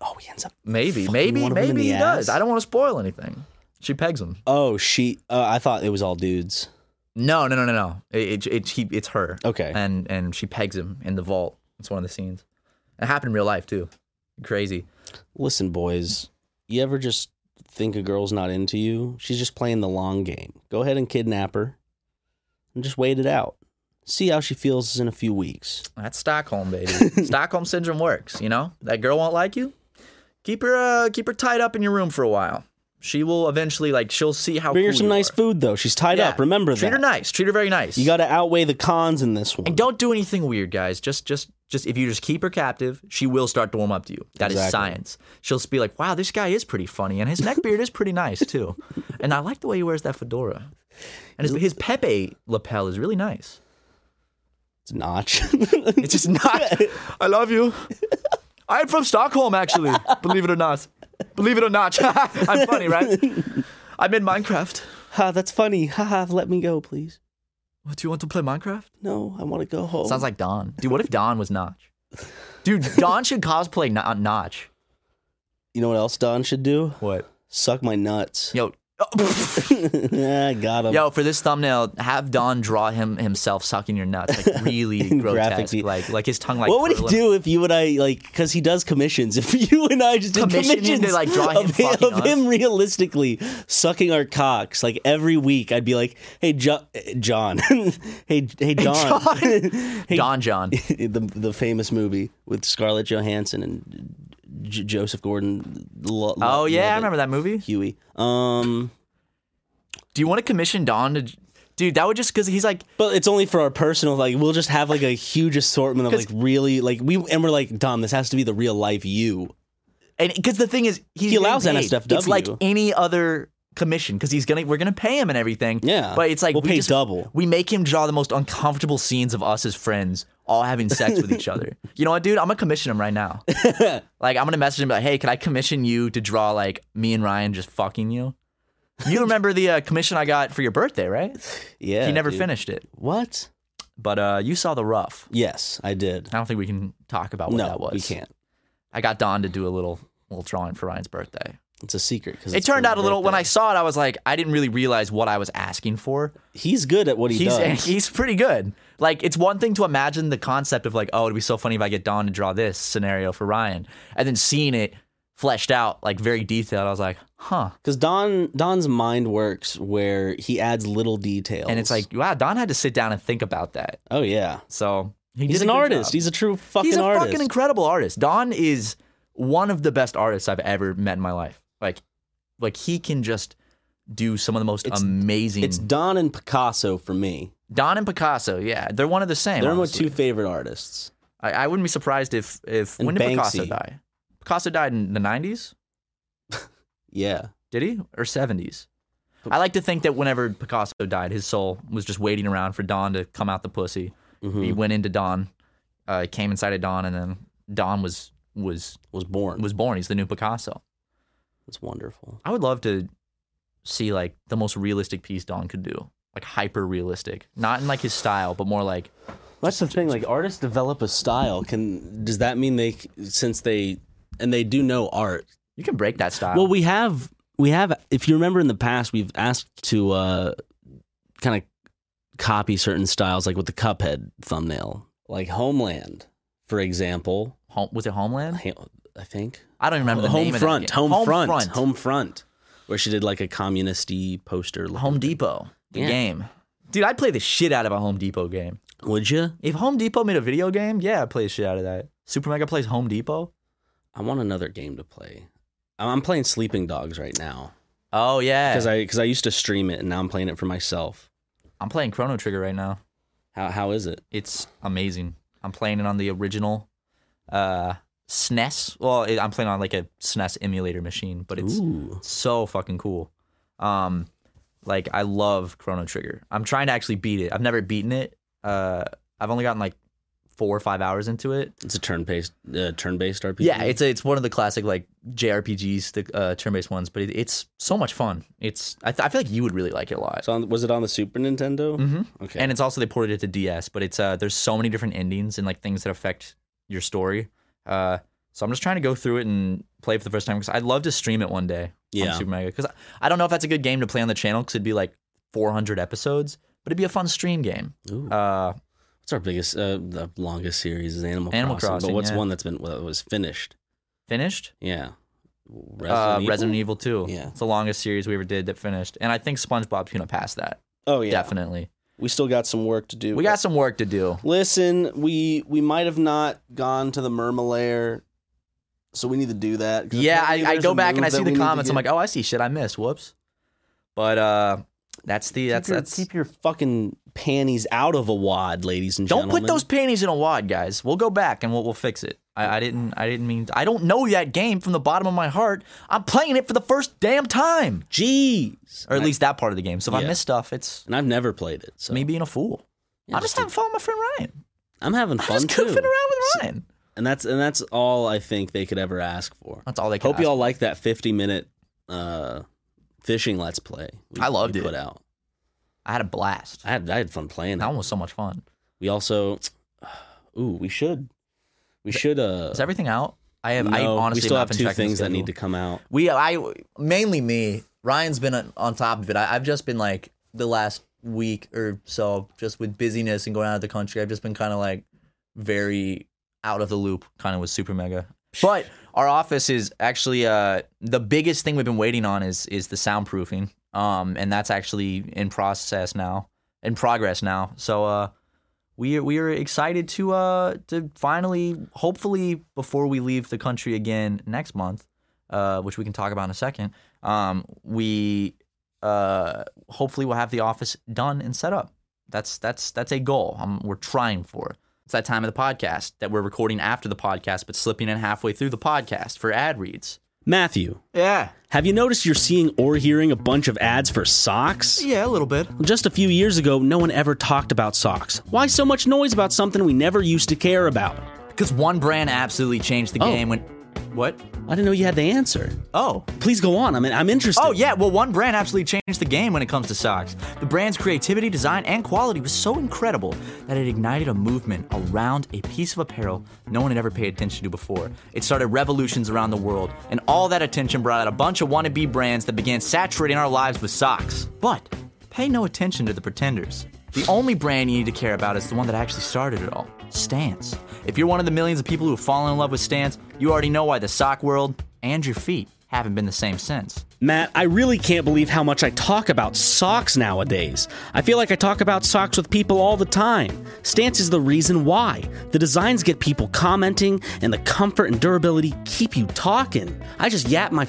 Speaker 3: Oh, he ends up.
Speaker 4: Maybe,
Speaker 3: Fucking
Speaker 4: maybe,
Speaker 3: one of them in
Speaker 4: maybe he
Speaker 3: the
Speaker 4: does.
Speaker 3: ass.
Speaker 4: I don't want to spoil anything. She pegs him.
Speaker 3: Oh, she. Uh, I thought it was all dudes.
Speaker 4: No, no, no, no, no. It, it, it, he, it's her.
Speaker 3: Okay.
Speaker 4: And and she pegs him in the vault. It's one of the scenes. It happened in real life too. Crazy.
Speaker 3: Listen, boys. You ever just think a girl's not into you? She's just playing the long game. Go ahead and kidnap her, and just wait it out. See how she feels in a few weeks.
Speaker 4: That's
Speaker 3: [laughs]
Speaker 4: Stockholm, baby. Stockholm syndrome works. You know that girl won't like you. Keep her, uh, keep her tied up in your room for a while. She will eventually like. She'll see how.
Speaker 3: Bring her
Speaker 4: cool
Speaker 3: some
Speaker 4: you
Speaker 3: nice
Speaker 4: are.
Speaker 3: food though. She's tied
Speaker 4: Yeah.
Speaker 3: up. Remember
Speaker 4: Treat
Speaker 3: that.
Speaker 4: her nice. Treat her very nice.
Speaker 3: You got to outweigh the cons in this one.
Speaker 4: And don't do anything weird, guys. Just, just, just if you just keep her captive, she will start to warm up to you. That is
Speaker 3: Exactly.
Speaker 4: science. She'll be like, "Wow, this guy is pretty funny, and his neck beard is pretty nice too, and I like the way he wears that fedora, and his, his Pepe lapel is really nice.
Speaker 3: It's notch. [laughs]
Speaker 4: It's just not. [laughs] I love you. I'm from Stockholm, actually. Believe it or not. Believe it or not. [laughs] I'm funny, right? I'm in Minecraft.
Speaker 3: ha, that's funny. Ha ha. Let me go, please.
Speaker 4: Do you want to play Minecraft?
Speaker 3: No, I want to go home.
Speaker 4: Sounds like Don. Dude, what if Don was Notch? Dude, Don should cosplay no- Notch.
Speaker 3: you know what else Don should do?
Speaker 4: What?
Speaker 3: Suck my nuts. [laughs]
Speaker 4: Yo, oh,
Speaker 3: Yeah, got him.
Speaker 4: [laughs] yo, for this thumbnail, have Don draw him himself sucking your nuts, like [laughs] really
Speaker 3: In graphic
Speaker 4: grotesque,
Speaker 3: de-
Speaker 4: like like his tongue, like
Speaker 3: what would he
Speaker 4: curling.
Speaker 3: do if you and I like? Because he does commissions. If [laughs] you and I just did
Speaker 4: Commission him to,
Speaker 3: commissions
Speaker 4: like, draw him
Speaker 3: of, him,
Speaker 4: fucking
Speaker 3: of him realistically sucking our cocks like every week, I'd be like, "Hey, jo- eh, John. [laughs] hey, hey, John.
Speaker 4: John.
Speaker 3: hey, [laughs]
Speaker 4: Don John. [laughs]
Speaker 3: the the famous movie with Scarlett Johansson and J- Joseph Gordon. lo- lo-
Speaker 4: Oh yeah,
Speaker 3: love
Speaker 4: I
Speaker 3: it.
Speaker 4: remember that movie.
Speaker 3: Huey. Um,
Speaker 4: Do you want to commission Don to? Dude, that would just because he's like,
Speaker 3: but it's only for our personal. Like we'll just have like a huge assortment of
Speaker 4: 'Cause-
Speaker 3: like really like we and we're like Dom. This has to be the real life you.
Speaker 4: and because the thing is, he's
Speaker 3: He allows
Speaker 4: getting paid.
Speaker 3: NSFW.
Speaker 4: It's like any other commission because he's gonna, we're gonna pay him and everything.
Speaker 3: Yeah,
Speaker 4: but it's like
Speaker 3: we'll
Speaker 4: we
Speaker 3: pay
Speaker 4: just-
Speaker 3: double.
Speaker 4: We make him draw the most uncomfortable scenes of us as friends, all having sex with
Speaker 3: [laughs]
Speaker 4: each other. You know what, dude? I'm gonna commission him right now. like, I'm gonna message him like, "Hey, can I commission you to draw like me and Ryan just fucking you?" You remember the uh, commission I got for your birthday, right?
Speaker 3: Yeah,
Speaker 4: he never
Speaker 3: dude.
Speaker 4: finished it,
Speaker 3: What?
Speaker 4: but uh, you saw the rough.
Speaker 3: Yes, I did.
Speaker 4: I don't think we can talk about what
Speaker 3: no,
Speaker 4: that was.
Speaker 3: we can't.
Speaker 4: I got Don to do a little little drawing for Ryan's birthday.
Speaker 3: It's a secret because
Speaker 4: it turned out a little. When I saw it, I was like, I didn't really realize what I was asking for.
Speaker 3: he's good at what he
Speaker 4: he's [laughs]
Speaker 3: does.
Speaker 4: he's pretty good. Like it's one thing to imagine the concept of like, oh, it'd be so funny if I get Don to draw this scenario for Ryan, and then seeing it fleshed out like very detailed. I was like, huh.
Speaker 3: Because Don Don's mind works where he adds little details,
Speaker 4: And it's like, wow, Don had to sit down and think about that.
Speaker 3: oh yeah,
Speaker 4: So he
Speaker 3: he's
Speaker 4: did
Speaker 3: an
Speaker 4: a good
Speaker 3: artist.
Speaker 4: job.
Speaker 3: He's a true fucking
Speaker 4: he's a
Speaker 3: artist.
Speaker 4: fucking incredible artist. Don is one of the best artists I've ever met in my life. Like, like he can just do some of the most
Speaker 3: It's-
Speaker 4: amazing.
Speaker 3: it's Don and Picasso for me.
Speaker 4: Don and Picasso. Yeah, they're one of the same.
Speaker 3: They're my
Speaker 4: honestly.
Speaker 3: two favorite artists.
Speaker 4: I, I wouldn't be surprised if if
Speaker 3: And
Speaker 4: when did Picasso
Speaker 3: Banksy.
Speaker 4: die? Picasso died in the nineties,
Speaker 3: Yeah.
Speaker 4: did he? Or seventies? I like to think that whenever Picasso died, his soul was just waiting around for Don to come out the pussy. He
Speaker 3: Mhm.
Speaker 4: went into Don, uh, came inside of Don, and then Don was was
Speaker 3: Was born.
Speaker 4: was born. He's the new Picasso.
Speaker 3: It's wonderful.
Speaker 4: I would love to see like the most realistic piece Don could do, like hyper realistic, not in like his style, but more like
Speaker 3: That's the thing. Like artists develop a style. Can does that mean they since they and they do know art?
Speaker 4: you can break that style.
Speaker 3: Well, we have we have. If you remember in the past, we've asked to uh, kind of copy certain styles, like with the Cuphead thumbnail, like Homeland, for example.
Speaker 4: Home, was it Homeland?
Speaker 3: I I think
Speaker 4: I don't remember the
Speaker 3: home
Speaker 4: name of that
Speaker 3: front,
Speaker 4: game.
Speaker 3: home, front,
Speaker 4: front,
Speaker 3: home front, where she did like a communisty poster. looking
Speaker 4: Home
Speaker 3: thing.
Speaker 4: Depot, the
Speaker 3: Yeah.
Speaker 4: game. Dude, I'd play the shit out of a Home Depot game.
Speaker 3: Would you?
Speaker 4: If Home Depot made a video game, yeah, I'd play the shit out of that. Super Mega plays Home Depot.
Speaker 3: I want another game to play. I'm I'm playing Sleeping Dogs right now
Speaker 4: Oh yeah,
Speaker 3: because I because I used to stream it and now I'm playing it for myself.
Speaker 4: I'm playing Chrono Trigger right now.
Speaker 3: How how is it?
Speaker 4: It's amazing. I'm playing it on the original uh, SNES. Well, it, I'm playing on like a SNES emulator machine, but it's
Speaker 3: Ooh,
Speaker 4: so fucking cool. Um, like I love Chrono Trigger. I'm trying to actually beat it. I've never beaten it. Uh, I've only gotten like four or five hours into it.
Speaker 3: it's a turn based uh, turn based RPG.
Speaker 4: Yeah, it's it's one of the classic like JRPGs, the uh, turn-based ones, but it, it's so much fun. It's I, th- I feel like you would really like it a lot.
Speaker 3: So on, was it on the Super Nintendo?
Speaker 4: Mhm.
Speaker 3: Okay.
Speaker 4: And it's also they ported it to DS, but it's uh there's so many different endings and like things that affect your story. Uh, so I'm just trying to go through it and play for the first time because I'd love to stream it one day.
Speaker 3: Yeah.
Speaker 4: on Super Mega because I, I don't know if that's a good game to play on the channel because it'd be like 400 episodes, but it'd be a fun stream game.
Speaker 3: Ooh.
Speaker 4: Uh,
Speaker 3: what's our biggest, uh, the longest series is Animal,
Speaker 4: Animal Crossing,
Speaker 3: But what's
Speaker 4: yeah.
Speaker 3: one that's been well, that was finished?
Speaker 4: finished.
Speaker 3: Yeah.
Speaker 4: uh,
Speaker 3: Evil?
Speaker 4: Resident Evil 2.
Speaker 3: Yeah.
Speaker 4: It's the longest series we ever did that finished. And I think SpongeBob's going to pass that.
Speaker 3: Oh yeah.
Speaker 4: Definitely.
Speaker 3: We still got some work to do.
Speaker 4: We got some work to do.
Speaker 3: Listen, we we might have not gone to the Mermalair, so we need to do that. 'Cause
Speaker 4: Yeah, I,
Speaker 3: apparently
Speaker 4: I
Speaker 3: there's
Speaker 4: go
Speaker 3: a
Speaker 4: back and I
Speaker 3: move
Speaker 4: see
Speaker 3: that
Speaker 4: the
Speaker 3: we need to
Speaker 4: comments. I'm
Speaker 3: get.
Speaker 4: like, oh, I see shit I missed. Whoops. But uh, that's the that's
Speaker 3: keep your,
Speaker 4: that's.
Speaker 3: keep your fucking panties out of a wad, ladies and
Speaker 4: don't
Speaker 3: gentlemen.
Speaker 4: put those panties in a wad, guys. We'll go back and we'll we'll fix it. I, I didn't I didn't mean I don't know that game from the bottom of my heart. I'm playing it for the first damn time,
Speaker 3: Jeez.
Speaker 4: or at least that part of the game. So if I
Speaker 3: Yeah.
Speaker 4: miss stuff, it's
Speaker 3: And I've never played it, so
Speaker 4: me being a fool. I'm
Speaker 3: just
Speaker 4: just
Speaker 3: do-
Speaker 4: having fun with my friend Ryan.
Speaker 3: I'm having
Speaker 4: I'm
Speaker 3: fun
Speaker 4: just
Speaker 3: too.
Speaker 4: goofing around with Ryan.
Speaker 3: And that's and that's all I think they could ever ask for.
Speaker 4: That's all they can
Speaker 3: Hope y'all like that 50 minute uh, fishing let's play. we-
Speaker 4: I loved
Speaker 3: we
Speaker 4: it.
Speaker 3: Put out.
Speaker 4: I had a blast.
Speaker 3: I had I had fun playing
Speaker 4: That
Speaker 3: it.
Speaker 4: one was so much fun.
Speaker 3: We also, [sighs] ooh, we should, we should. Uh,
Speaker 4: Is everything out? I have. I
Speaker 3: no,
Speaker 4: honestly
Speaker 3: we still
Speaker 4: not
Speaker 3: have
Speaker 4: been
Speaker 3: two
Speaker 4: checking the
Speaker 3: things that
Speaker 4: schedule.
Speaker 3: need to come out.
Speaker 4: We, I, mainly me. Ryan's been on- on top of it. I, I've just been like the last week or so, just with busyness and going out of the country. I've just been kind of like very out of the loop, kind of with Super Mega. But our office is actually uh, the biggest thing we've been waiting on is is the soundproofing, um, and that's actually in process now, in progress now. So uh, we we are excited to uh to finally, hopefully, before we leave the country again next month, uh, which we can talk about in a second. Um, we uh hopefully we'll have the office done and set up. That's that's that's a goal. Um, we're trying for. It's that time of the podcast that we're recording after the podcast, but slipping in halfway through the podcast for ad reads.
Speaker 3: Matthew,
Speaker 4: Yeah,
Speaker 3: have you noticed you're seeing or hearing a bunch of ads for socks?
Speaker 4: yeah, a little bit.
Speaker 3: Just a few years ago, no one ever talked about socks. Why so much noise about something we never used to care about?
Speaker 4: Because one brand absolutely changed the
Speaker 3: Oh.
Speaker 4: game when. What?
Speaker 3: I didn't know you had the answer.
Speaker 4: Oh.
Speaker 3: Please go on. I mean, I'm interested.
Speaker 4: Oh, yeah. Well, one brand absolutely changed the game when it comes to socks. The brand's creativity, design, and quality was so incredible that it ignited a movement around a piece of apparel no one had ever paid attention to before. It started revolutions around the world, and all that attention brought out a bunch of wannabe brands that began saturating our lives with socks. But pay no attention to the pretenders. The only brand you need to care about is the one that actually started it all Stance. If you're one of the millions of people who have fallen in love with Stance, you already know why the sock world and your feet haven't been the same since.
Speaker 3: Matt, I really can't believe how much I talk about socks nowadays. I feel like I talk about socks with people all the time. Stance is the reason why. The designs get people commenting, and the comfort and durability keep you talking. I just yap my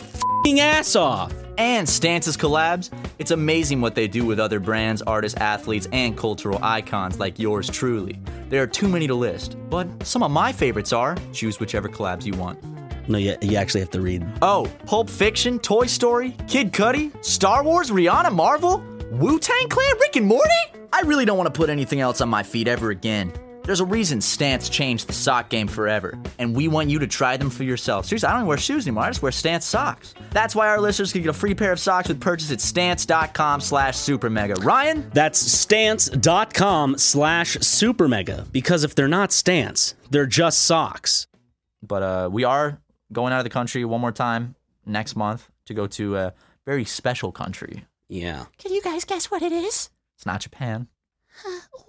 Speaker 3: fing ass off.
Speaker 4: and Stance's collabs. It's amazing what they do with other brands, artists, athletes, and cultural icons like yours truly. There are too many to list, but some of my favorites are choose whichever collabs you want.
Speaker 3: No, you, you actually have to read.
Speaker 4: Oh, Pulp Fiction, Toy Story, Kid Cudi, Star Wars, Rihanna, Marvel, Wu Tang Clan, Rick and Morty? I really don't want to put anything else on my feet ever again. There's a reason Stance changed the sock game forever, and we want you to try them for yourself. Seriously, I don't even wear shoes anymore. I just wear Stance socks. That's why our listeners can get a free pair of socks with purchase at stance.com slash super mega. Ryan?
Speaker 3: That's stance.com slash supermega, because if they're not stance, they're just socks.
Speaker 4: But uh, we are going out of the country one more time next month to go to a very special country.
Speaker 3: Yeah.
Speaker 5: Can you guys guess what it is?
Speaker 4: It's not Japan.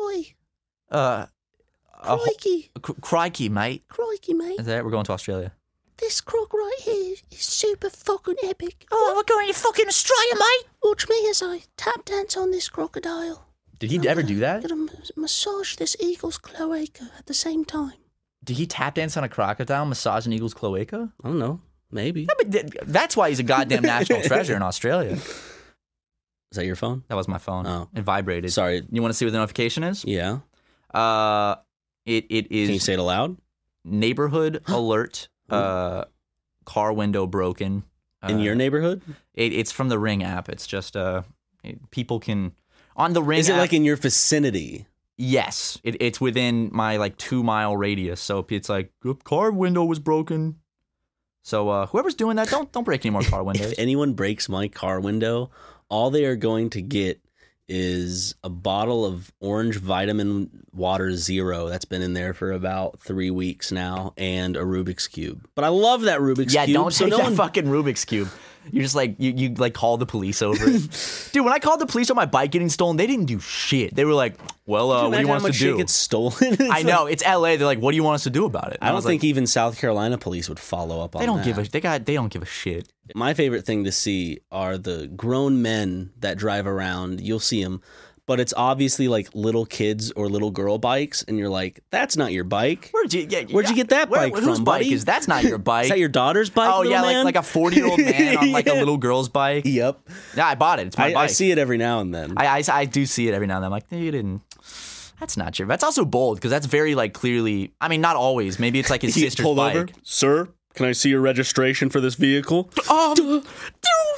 Speaker 5: Oi,
Speaker 4: Uh, a whole-
Speaker 5: crikey,
Speaker 4: C- crikey, mate.
Speaker 5: crikey, mate.
Speaker 4: Is that we're going to Australia?
Speaker 5: This croc right here is super fucking epic.
Speaker 6: Oh, we're going to fucking Australia, mate.
Speaker 5: Watch me as I tap dance on this crocodile.
Speaker 4: Did he ever do that?
Speaker 5: I'm gonna mas- massage this eagle's cloaca at the same time.
Speaker 4: Did he tap dance on a crocodile, massage an eagle's cloaca?
Speaker 3: I don't know. Maybe.
Speaker 4: But th- that's why he's a
Speaker 3: [laughs]
Speaker 4: goddamn national treasure in Australia.
Speaker 3: Is that your phone?
Speaker 4: That was my phone.
Speaker 3: Oh.
Speaker 4: It vibrated.
Speaker 3: Sorry.
Speaker 4: You want to see what the notification is?
Speaker 3: Yeah.
Speaker 4: Uh, it it
Speaker 3: Can you
Speaker 4: is
Speaker 3: say it aloud?
Speaker 4: neighborhood alert. Uh, car window broken. Uh,
Speaker 3: In your neighborhood?
Speaker 4: it, it's from the Ring app. It's just uh, it- people can on the Ring.
Speaker 3: Is it
Speaker 4: app-
Speaker 3: like in your vicinity?
Speaker 4: Yes, it, it's within my like two mile radius. So if it's like "Your car window was broken. So uh, whoever's doing that, don't don't break any more car
Speaker 3: [laughs]
Speaker 4: windows.
Speaker 3: If anyone breaks my car window, all they are going to get is a bottle of orange vitamin water zero that's been in there for about three weeks now and a Rubik's Cube. But I love that Rubik's
Speaker 4: yeah,
Speaker 3: Cube.
Speaker 4: don't
Speaker 3: so
Speaker 4: take
Speaker 3: no
Speaker 4: that
Speaker 3: one-
Speaker 4: fucking Rubik's cube. You're just like you, you like call the police over it,
Speaker 3: [laughs]
Speaker 4: dude. When I called the police on my bike getting stolen, they didn't do shit. They were like, "Well,
Speaker 3: Can
Speaker 4: uh,
Speaker 3: you
Speaker 4: what do you
Speaker 3: imagine how
Speaker 4: want us
Speaker 3: much
Speaker 4: to
Speaker 3: shit
Speaker 4: do?"
Speaker 3: gets stolen. [laughs] It's
Speaker 4: I
Speaker 3: like-
Speaker 4: know it's L.A. They're like, "What do you want us to do about it?" And
Speaker 3: I don't
Speaker 4: was
Speaker 3: think
Speaker 4: like,
Speaker 3: even South Carolina police would follow up on
Speaker 4: they don't give
Speaker 3: that.
Speaker 4: a they got they don't give a shit.
Speaker 3: My favorite thing to see are the grown men that drive around. You'll see them, but it's obviously like little kids or little girl bikes, and you're like, "That's not your bike.
Speaker 4: Where'd you yeah,
Speaker 3: Where'd you get that
Speaker 4: where-
Speaker 3: bike
Speaker 4: whose
Speaker 3: from,
Speaker 4: bike
Speaker 3: buddy?
Speaker 4: is that's not your
Speaker 3: [laughs]
Speaker 4: bike.
Speaker 3: Is that your daughter's bike?"
Speaker 4: oh
Speaker 3: little
Speaker 4: yeah,
Speaker 3: man?
Speaker 4: like like a forty year old
Speaker 3: [laughs]
Speaker 4: man on like a
Speaker 3: Yeah.
Speaker 4: little girl's bike.
Speaker 3: Yep,
Speaker 4: Yeah, I bought it. It's my
Speaker 3: I,
Speaker 4: bike.
Speaker 3: I see it every now and then.
Speaker 4: I, I I do see it every now and then. I'm like, no, you didn't. That's not your. That's also bold because that's very like clearly. I mean, not always. Maybe it's like his
Speaker 3: [laughs] He
Speaker 4: sister's
Speaker 3: pulled
Speaker 4: bike.
Speaker 3: over, sir. Can I see your registration for this vehicle?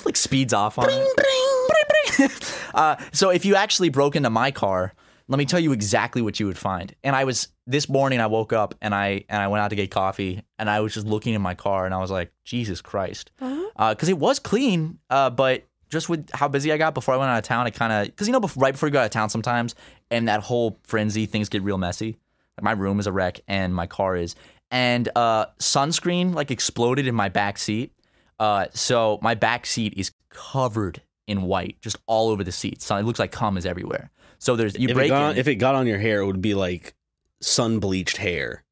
Speaker 4: Like speeds off on it. [laughs] uh, so if you actually broke into my car, let me tell you exactly what you would find. And I was this morning. I woke up and I and I went out to get coffee and I was just looking in my car and I was like, Jesus Christ, because it was clean, uh, but. Just with how busy I got before I went out of town, it kind of because you know bef- right before you go out of town sometimes, and that whole frenzy things get real messy. my room is a wreck and my car is and uh sunscreen like exploded in my back seat uh so my back seat is covered in white just all over the seat so it looks like cum is everywhere so there's you
Speaker 3: if, it
Speaker 4: break
Speaker 3: got,
Speaker 4: in,
Speaker 3: if it got on your hair, it would be like sun bleached hair.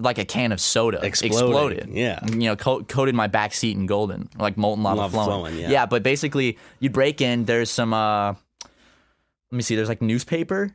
Speaker 4: like a can of soda
Speaker 3: Exploding,
Speaker 4: exploded
Speaker 3: yeah.
Speaker 4: you know co- coated my back seat in golden like molten lava,
Speaker 3: Lava
Speaker 4: flowing.
Speaker 3: flowing, yeah.
Speaker 4: but basically you break in there's some uh let me see there's like newspaper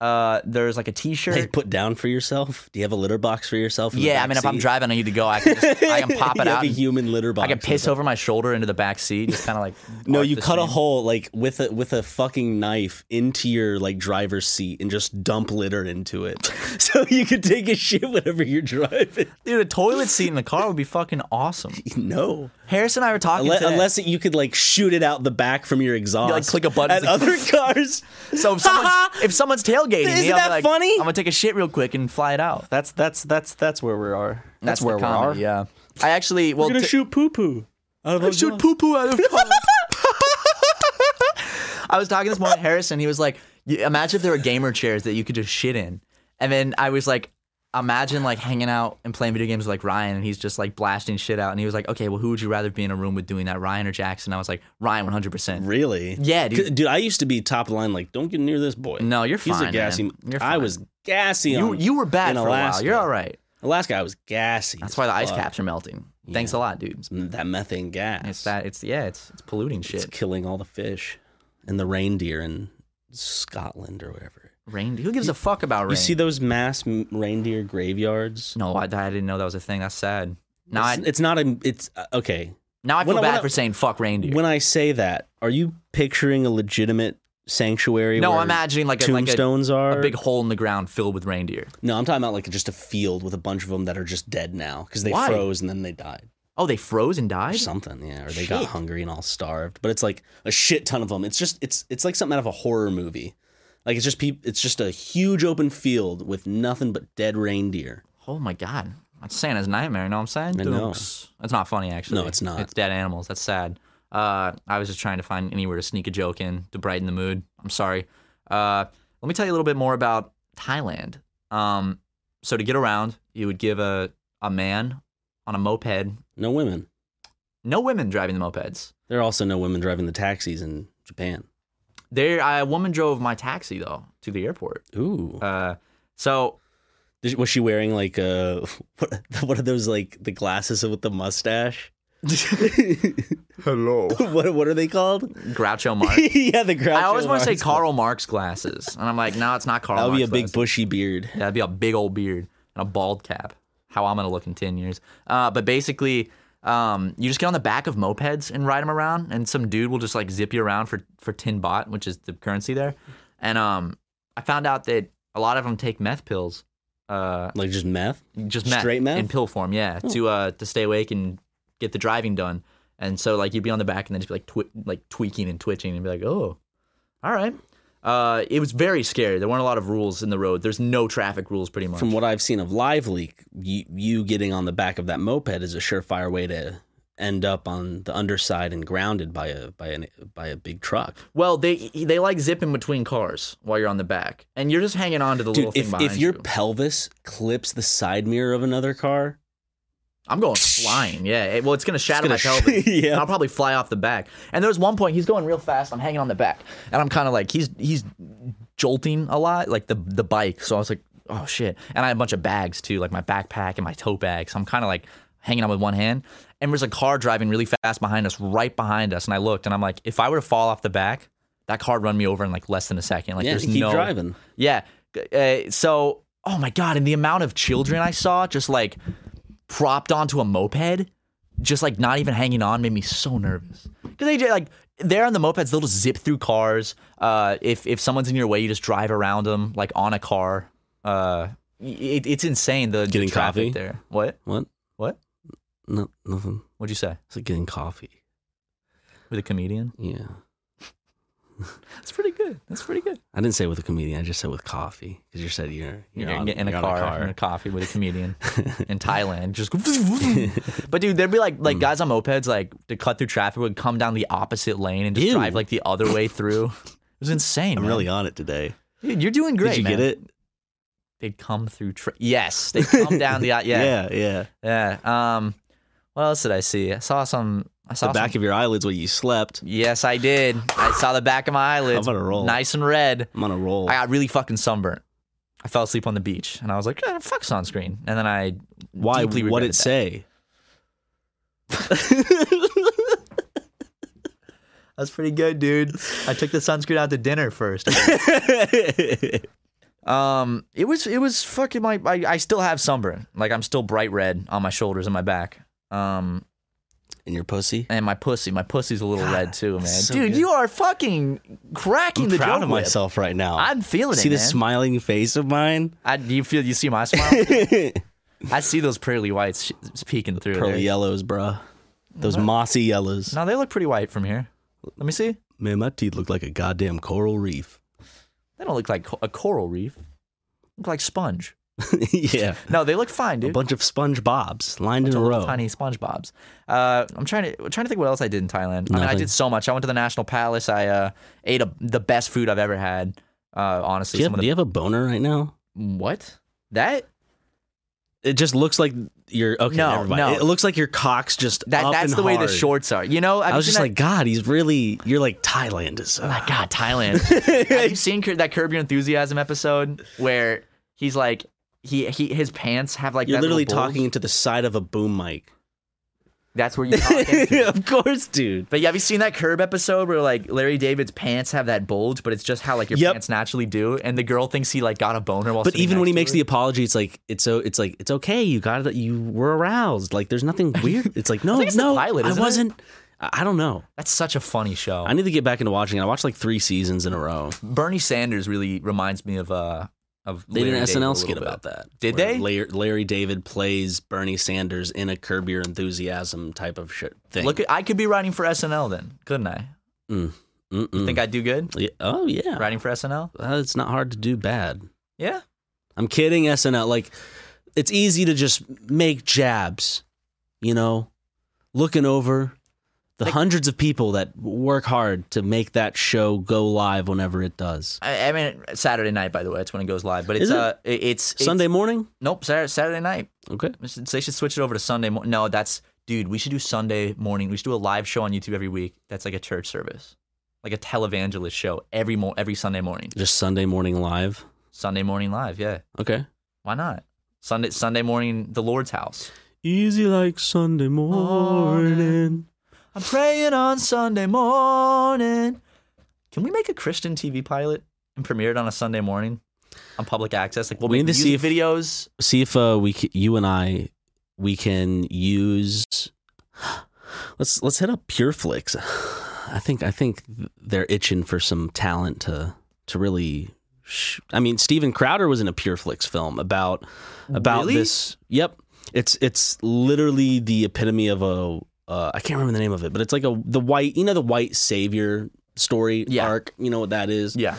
Speaker 4: Uh, there's like a T-shirt.
Speaker 3: Like put down for yourself. Do you have a litter box for yourself? in the
Speaker 4: yeah, I mean, if I'm
Speaker 3: backseat?
Speaker 4: driving, I need to go. I can, just, I
Speaker 3: [laughs]
Speaker 4: can pop
Speaker 3: You
Speaker 4: it
Speaker 3: have
Speaker 4: out.
Speaker 3: a
Speaker 4: and-
Speaker 3: human litter box.
Speaker 4: I can piss over my shoulder into the back seat, just kind of like.
Speaker 3: [laughs] No,
Speaker 4: arc
Speaker 3: you
Speaker 4: the
Speaker 3: cut a
Speaker 4: seam.
Speaker 3: hole like with a with a fucking knife into your like driver's seat and just dump litter into it, [laughs] so you can take a shit whenever you're driving.
Speaker 4: Dude, a toilet seat in the car would be fucking
Speaker 3: [laughs]
Speaker 4: awesome.
Speaker 3: No,
Speaker 4: Harris and I were talking.
Speaker 3: unless,
Speaker 4: today.
Speaker 3: unless you could like shoot it out the back from your exhaust.
Speaker 4: click a button,
Speaker 3: at
Speaker 4: it's like-
Speaker 3: other
Speaker 4: [laughs]
Speaker 3: cars.
Speaker 4: So if someone's,
Speaker 3: [laughs]
Speaker 4: if someone's tailgating me,
Speaker 3: Isn't
Speaker 4: I'll be
Speaker 3: that
Speaker 4: like,
Speaker 3: funny?
Speaker 4: I'm gonna take a shit real quick and fly it out.
Speaker 7: That's that's that's that's where we are. That's,
Speaker 4: the
Speaker 7: where we are.
Speaker 4: comedy, Yeah, I actually well t-
Speaker 3: shoot poo poo.
Speaker 4: I shoot poo poo
Speaker 3: [laughs]
Speaker 4: out of car. [laughs] I was talking this morning to Harrison. He was like, "You- "Imagine if there were gamer chairs that you could just shit in." And then I was like, "Imagine like hanging out and playing video games with like Ryan, and he's just like blasting shit out." And he was like, "Okay, well, who would you rather be in a room with doing that, Ryan or Jackson?" I was like, "Ryan, 100." percent
Speaker 3: Really?
Speaker 4: Yeah, dude.
Speaker 3: C- Dude, I used to be top of line. Like, don't get near this boy.
Speaker 4: No, you're
Speaker 3: He's
Speaker 4: fine,
Speaker 3: a gassy.
Speaker 4: man. You're
Speaker 3: I
Speaker 4: fine.
Speaker 3: was gassy.
Speaker 4: You
Speaker 3: on-
Speaker 4: you were bad
Speaker 3: in
Speaker 4: for a while.
Speaker 3: Alaska.
Speaker 4: You're all right.
Speaker 3: Alaska. I was gassy.
Speaker 4: That's
Speaker 3: as
Speaker 4: why the ice
Speaker 3: fuck.
Speaker 4: caps are melting. Thanks a lot, dude.
Speaker 3: That methane gas.
Speaker 4: It's that. It's yeah. It's it's polluting shit.
Speaker 3: It's killing all the fish and the reindeer in Scotland or wherever.
Speaker 4: Reindeer. Who gives a fuck about rain?
Speaker 3: You see those mass m- reindeer graveyards?
Speaker 4: No, I, I didn't know that was a thing. That's sad. Now I
Speaker 3: it's, it's not a. It's uh, okay.
Speaker 4: now I feel
Speaker 3: when I-
Speaker 4: bad
Speaker 3: when I-
Speaker 4: for saying fuck reindeer.
Speaker 3: When I say that, are you picturing a legitimate sanctuary?
Speaker 4: no,
Speaker 3: where
Speaker 4: I'm imagining like a, like a,
Speaker 3: tombstones are
Speaker 4: a big hole in the ground filled with reindeer.
Speaker 3: No, I'm talking about like just a field with a bunch of them that are just dead now because they
Speaker 4: Why?
Speaker 3: froze and then they died
Speaker 4: Oh, they froze and
Speaker 3: or
Speaker 4: died.
Speaker 3: something. Yeah, or they got
Speaker 4: Shit.
Speaker 3: hungry and all starved. But it's like a shit ton of them. It's just it's it's like something out of a horror movie. Like it's just peop it's just a huge open field with nothing but dead reindeer.
Speaker 4: Oh my god, that's Santa's nightmare. You know what I'm saying?
Speaker 3: I know.
Speaker 4: Dukes. That's not funny actually.
Speaker 3: No, it's not.
Speaker 4: It's dead animals. That's sad. Uh, I was just trying to find anywhere to sneak a joke in to brighten the mood. I'm sorry. Uh, let me tell you a little bit more about Thailand. Um, so to get around, you would give a a man on a moped.
Speaker 3: No women.
Speaker 4: No women driving the mopeds.
Speaker 3: There are also no women driving the taxis in Japan.
Speaker 4: There, I, a woman drove my taxi though to the airport.
Speaker 3: Ooh,
Speaker 4: Uh, so
Speaker 3: Did, was she wearing like uh [laughs] what, what are those like the glasses with the mustache? [laughs]
Speaker 4: hello,
Speaker 3: what what are they called? [laughs]
Speaker 4: Groucho Marx.
Speaker 3: yeah, the Groucho
Speaker 4: I always want to say
Speaker 3: Marx.
Speaker 4: Karl Marx glasses, and I'm like, no, it's not Karl.
Speaker 3: That would be a
Speaker 4: Marx
Speaker 3: big
Speaker 4: glasses.
Speaker 3: bushy beard.
Speaker 4: That'd be a big old beard and a bald cap. How I'm gonna look in ten years. Uh, but basically, um, you just get on the back of mopeds and ride them around, and some dude will just like zip you around for for tin baht, which is the currency there. And um, I found out that a lot of them take meth pills. Uh,
Speaker 3: Like just meth.
Speaker 4: just meth,
Speaker 3: Straight meth? Hmm.
Speaker 4: in pill form, yeah, to uh to stay awake and get the driving done. And so like you'd be on the back and then just be like twi- like tweaking and twitching and be like, oh, all right. Uh, it was very scary. There weren't a lot of rules in the road. There's no traffic rules pretty much.
Speaker 3: From what I've seen of Live Leak, you, you getting on the back of that moped is a surefire way to end up on the underside and grounded by a by an by a big truck.
Speaker 4: well, they they like zipping between cars while you're on the back, and you're just hanging on to the little
Speaker 3: Dude,
Speaker 4: thing
Speaker 3: if
Speaker 4: behind
Speaker 3: if your
Speaker 4: you.
Speaker 3: pelvis clips the side mirror of another car,
Speaker 4: I'm going flying. Yeah. It- well, it's gonna shatter
Speaker 3: gonna
Speaker 4: my
Speaker 3: sh- [laughs]
Speaker 4: pelvis.
Speaker 3: Yeah.
Speaker 4: and I'll probably fly off the back. And there's one point he's going real fast. I'm hanging on the back, and I'm kind of like he's he's jolting a lot, like the the bike. So I was like, oh shit. And I had a bunch of bags too, like my backpack and my tote bag. So I'm kind of like hanging on with one hand. And there's a car driving really fast behind us, right behind us. And I looked, and I'm like, if I were to fall off the back, that car would run me over in like less than a second. Like
Speaker 3: yeah,
Speaker 4: there's
Speaker 3: keep
Speaker 4: no
Speaker 3: driving.
Speaker 4: yeah. Uh, so, oh my God. And the amount of children I saw just like propped onto a moped, just like not even hanging on, made me so nervous. Because they ju- like, they're on the mopeds, they'll just zip through cars. Uh, if, if someone's in your way, you just drive around them, like on a car. Uh, it, it's insane the, the
Speaker 3: Getting
Speaker 4: traffic
Speaker 3: coffee?
Speaker 4: there. What?
Speaker 3: What?
Speaker 4: What?
Speaker 3: No, nothing.
Speaker 4: What'd you say?
Speaker 3: It's like getting coffee.
Speaker 4: With a comedian?
Speaker 3: Yeah,
Speaker 4: That's pretty good. That's pretty good.
Speaker 3: I didn't say with a comedian. I just said with coffee because you said you're you're, on,
Speaker 4: in, a
Speaker 3: you're on
Speaker 4: car, in a coffee with
Speaker 3: [laughs]
Speaker 4: a comedian in Thailand. Just, go but dude, there'd be like
Speaker 3: Mm.
Speaker 4: like guys on mopeds like to cut through traffic would come down the opposite lane and just
Speaker 3: Ew.
Speaker 4: drive like the other way through.
Speaker 3: [laughs]
Speaker 4: It was insane.
Speaker 3: I'm
Speaker 4: man.
Speaker 3: really on it today.
Speaker 4: dude, you're doing great.
Speaker 3: Did you get
Speaker 4: man.
Speaker 3: it?
Speaker 4: They'd come through. Tra- yes, [laughs] they would come down the yeah, yeah
Speaker 3: yeah. yeah.
Speaker 4: yeah. Um, what else did I see? I saw some. I saw
Speaker 3: The back
Speaker 4: some-
Speaker 3: of your eyelids where you slept.
Speaker 4: Yes, I did. I saw the back of my eyelids.
Speaker 3: I'm on a roll.
Speaker 4: Nice and red.
Speaker 3: I'm on a roll.
Speaker 4: I got really fucking sunburnt. I fell asleep on the beach and I was like, "Eh, fuck sunscreen. And then I
Speaker 3: Why?
Speaker 4: deeply
Speaker 3: What
Speaker 4: regretted
Speaker 3: it
Speaker 4: that.
Speaker 3: say? [laughs]
Speaker 4: That's pretty good, dude. I took the sunscreen out to dinner first. [laughs] Um, it was it was fucking my I, I still have sunburn. Like I'm still bright red on my shoulders and my back. Um,
Speaker 3: in your pussy.
Speaker 4: and my pussy, my pussy's a little red too, man.
Speaker 3: so
Speaker 4: Dude,
Speaker 3: good.
Speaker 4: you are fucking cracking
Speaker 3: I'm
Speaker 4: the
Speaker 3: proud
Speaker 4: joke
Speaker 3: of
Speaker 4: whip.
Speaker 3: myself right now.
Speaker 4: I'm feeling
Speaker 3: See
Speaker 4: it,
Speaker 3: this
Speaker 4: man.
Speaker 3: smiling face of [laughs] mine?
Speaker 4: I, do you feel you see
Speaker 3: [laughs]
Speaker 4: my smile?
Speaker 3: Pearly
Speaker 4: I see those pearly whites sh- peeking through. there.
Speaker 3: yellows, bruh. Those mossy yellows.
Speaker 4: No, they look pretty white from here. Let me see.
Speaker 3: Man, my teeth look like a goddamn coral reef. [laughs]
Speaker 4: They don't look like co- a coral reef. Look like sponge.
Speaker 3: yeah.
Speaker 4: No, they look fine, dude.
Speaker 3: A bunch of sponge bobs lined
Speaker 4: Bunch
Speaker 3: in
Speaker 4: of
Speaker 3: a
Speaker 4: little
Speaker 3: row.
Speaker 4: tiny SpongeBob's. Uh, I'm trying to I'm trying to think what else I did in Thailand. I mean, I
Speaker 3: Nothing.
Speaker 4: did so much. I went to the National Palace. I uh, ate a, the best food I've ever had. Uh, honestly,
Speaker 3: do, you
Speaker 4: some
Speaker 3: have,
Speaker 4: of
Speaker 3: do you have a boner right now?
Speaker 4: the- what that
Speaker 3: It just looks like your okay.
Speaker 4: No,
Speaker 3: never mind.
Speaker 4: no.
Speaker 3: It looks like your cock's just
Speaker 4: that
Speaker 3: up
Speaker 4: that's
Speaker 3: and
Speaker 4: the way the
Speaker 3: hard.
Speaker 4: shorts are. You know,
Speaker 3: I was just
Speaker 4: like.
Speaker 3: like, God, he's really. You're like Thailand is.
Speaker 4: Oh my God, Thailand.
Speaker 3: [laughs]
Speaker 4: Have you seen Cur- that Curb Your Enthusiasm episode where he's like, he, he his pants have like
Speaker 3: you're
Speaker 4: that little
Speaker 3: literally
Speaker 4: bulge?
Speaker 3: talking into the side of a boom mic.
Speaker 4: That's where
Speaker 3: [laughs]
Speaker 4: you talk. into.
Speaker 3: of course, dude.
Speaker 4: but yeah, have you seen that Curb episode where like Larry David's pants have that bulge, but it's just how like your
Speaker 3: Yep.
Speaker 4: pants naturally do, and the girl thinks he like got a boner while.
Speaker 3: But
Speaker 4: sitting
Speaker 3: even when he
Speaker 4: next
Speaker 3: makes
Speaker 4: to
Speaker 3: the
Speaker 4: her.
Speaker 3: apology, it's like it's so it's like it's okay. You got it. You were aroused. Like there's nothing
Speaker 4: [laughs]
Speaker 3: weird. It's like no,
Speaker 4: think it's the
Speaker 3: no,
Speaker 4: pilot,
Speaker 3: I
Speaker 4: isn't it?
Speaker 3: wasn't. I I don't know.
Speaker 4: that's such a funny show.
Speaker 3: I need to get back into watching it. I watched like three seasons in a row.
Speaker 4: Bernie Sanders really reminds me of uh of
Speaker 3: They
Speaker 4: Larry
Speaker 3: did an
Speaker 4: David a
Speaker 3: SNL
Speaker 4: little
Speaker 3: skit
Speaker 4: bit.
Speaker 3: about that.
Speaker 4: Did
Speaker 3: where
Speaker 4: they?
Speaker 3: Larry, Larry David plays Bernie Sanders in a Curb Your Enthusiasm type of shit thing.
Speaker 4: Look, at, I could be writing for SNL then, couldn't I?
Speaker 3: Mm-mm.
Speaker 4: Think I do good
Speaker 3: Yeah. Oh yeah.
Speaker 4: writing for SNL?
Speaker 3: Uh, it's not hard to do bad.
Speaker 4: Yeah.
Speaker 3: I'm kidding, SNL. Like, it's easy to just make jabs, you know, looking over the hundreds of people that work hard to make that show go live whenever it does.
Speaker 4: I, I mean Saturday night, by the way, it's when it goes live. But it's
Speaker 3: Is it?
Speaker 4: uh, it, it's it's-
Speaker 3: Sunday morning?
Speaker 4: Nope, Saturday, Saturday night.
Speaker 3: Okay.
Speaker 4: We should- They should switch it over to Sunday. Mo- no, that's dude. We should do Sunday morning. We should do a live show on YouTube every week. That's like a church service, like a televangelist show every mo- every Sunday morning.
Speaker 3: Just Sunday morning live.
Speaker 4: Sunday morning live. Yeah,
Speaker 3: Okay.
Speaker 4: why not? Sunday Sunday morning, the Lord's house.
Speaker 3: Easy like Sunday morning.
Speaker 4: I'm praying on Sunday morning. Can we make a Christian TV pilot and premiere it on a Sunday morning on public access? Like we'll
Speaker 3: We
Speaker 4: make
Speaker 3: need to see
Speaker 4: music videos.
Speaker 3: See if uh, we c- you and I we can use [gasps] Let's let's hit up Pureflix. [sighs] I think I think they're itching for some talent to to really. Sh- I mean, Steven Crowder was in a Pureflix film about about
Speaker 4: Really?
Speaker 3: this. Yep, it's it's literally the epitome of a. Uh, I can't remember the name of it, but it's like a the white you know the white savior story
Speaker 4: Yeah.
Speaker 3: arc. You know what that is?
Speaker 4: Yeah.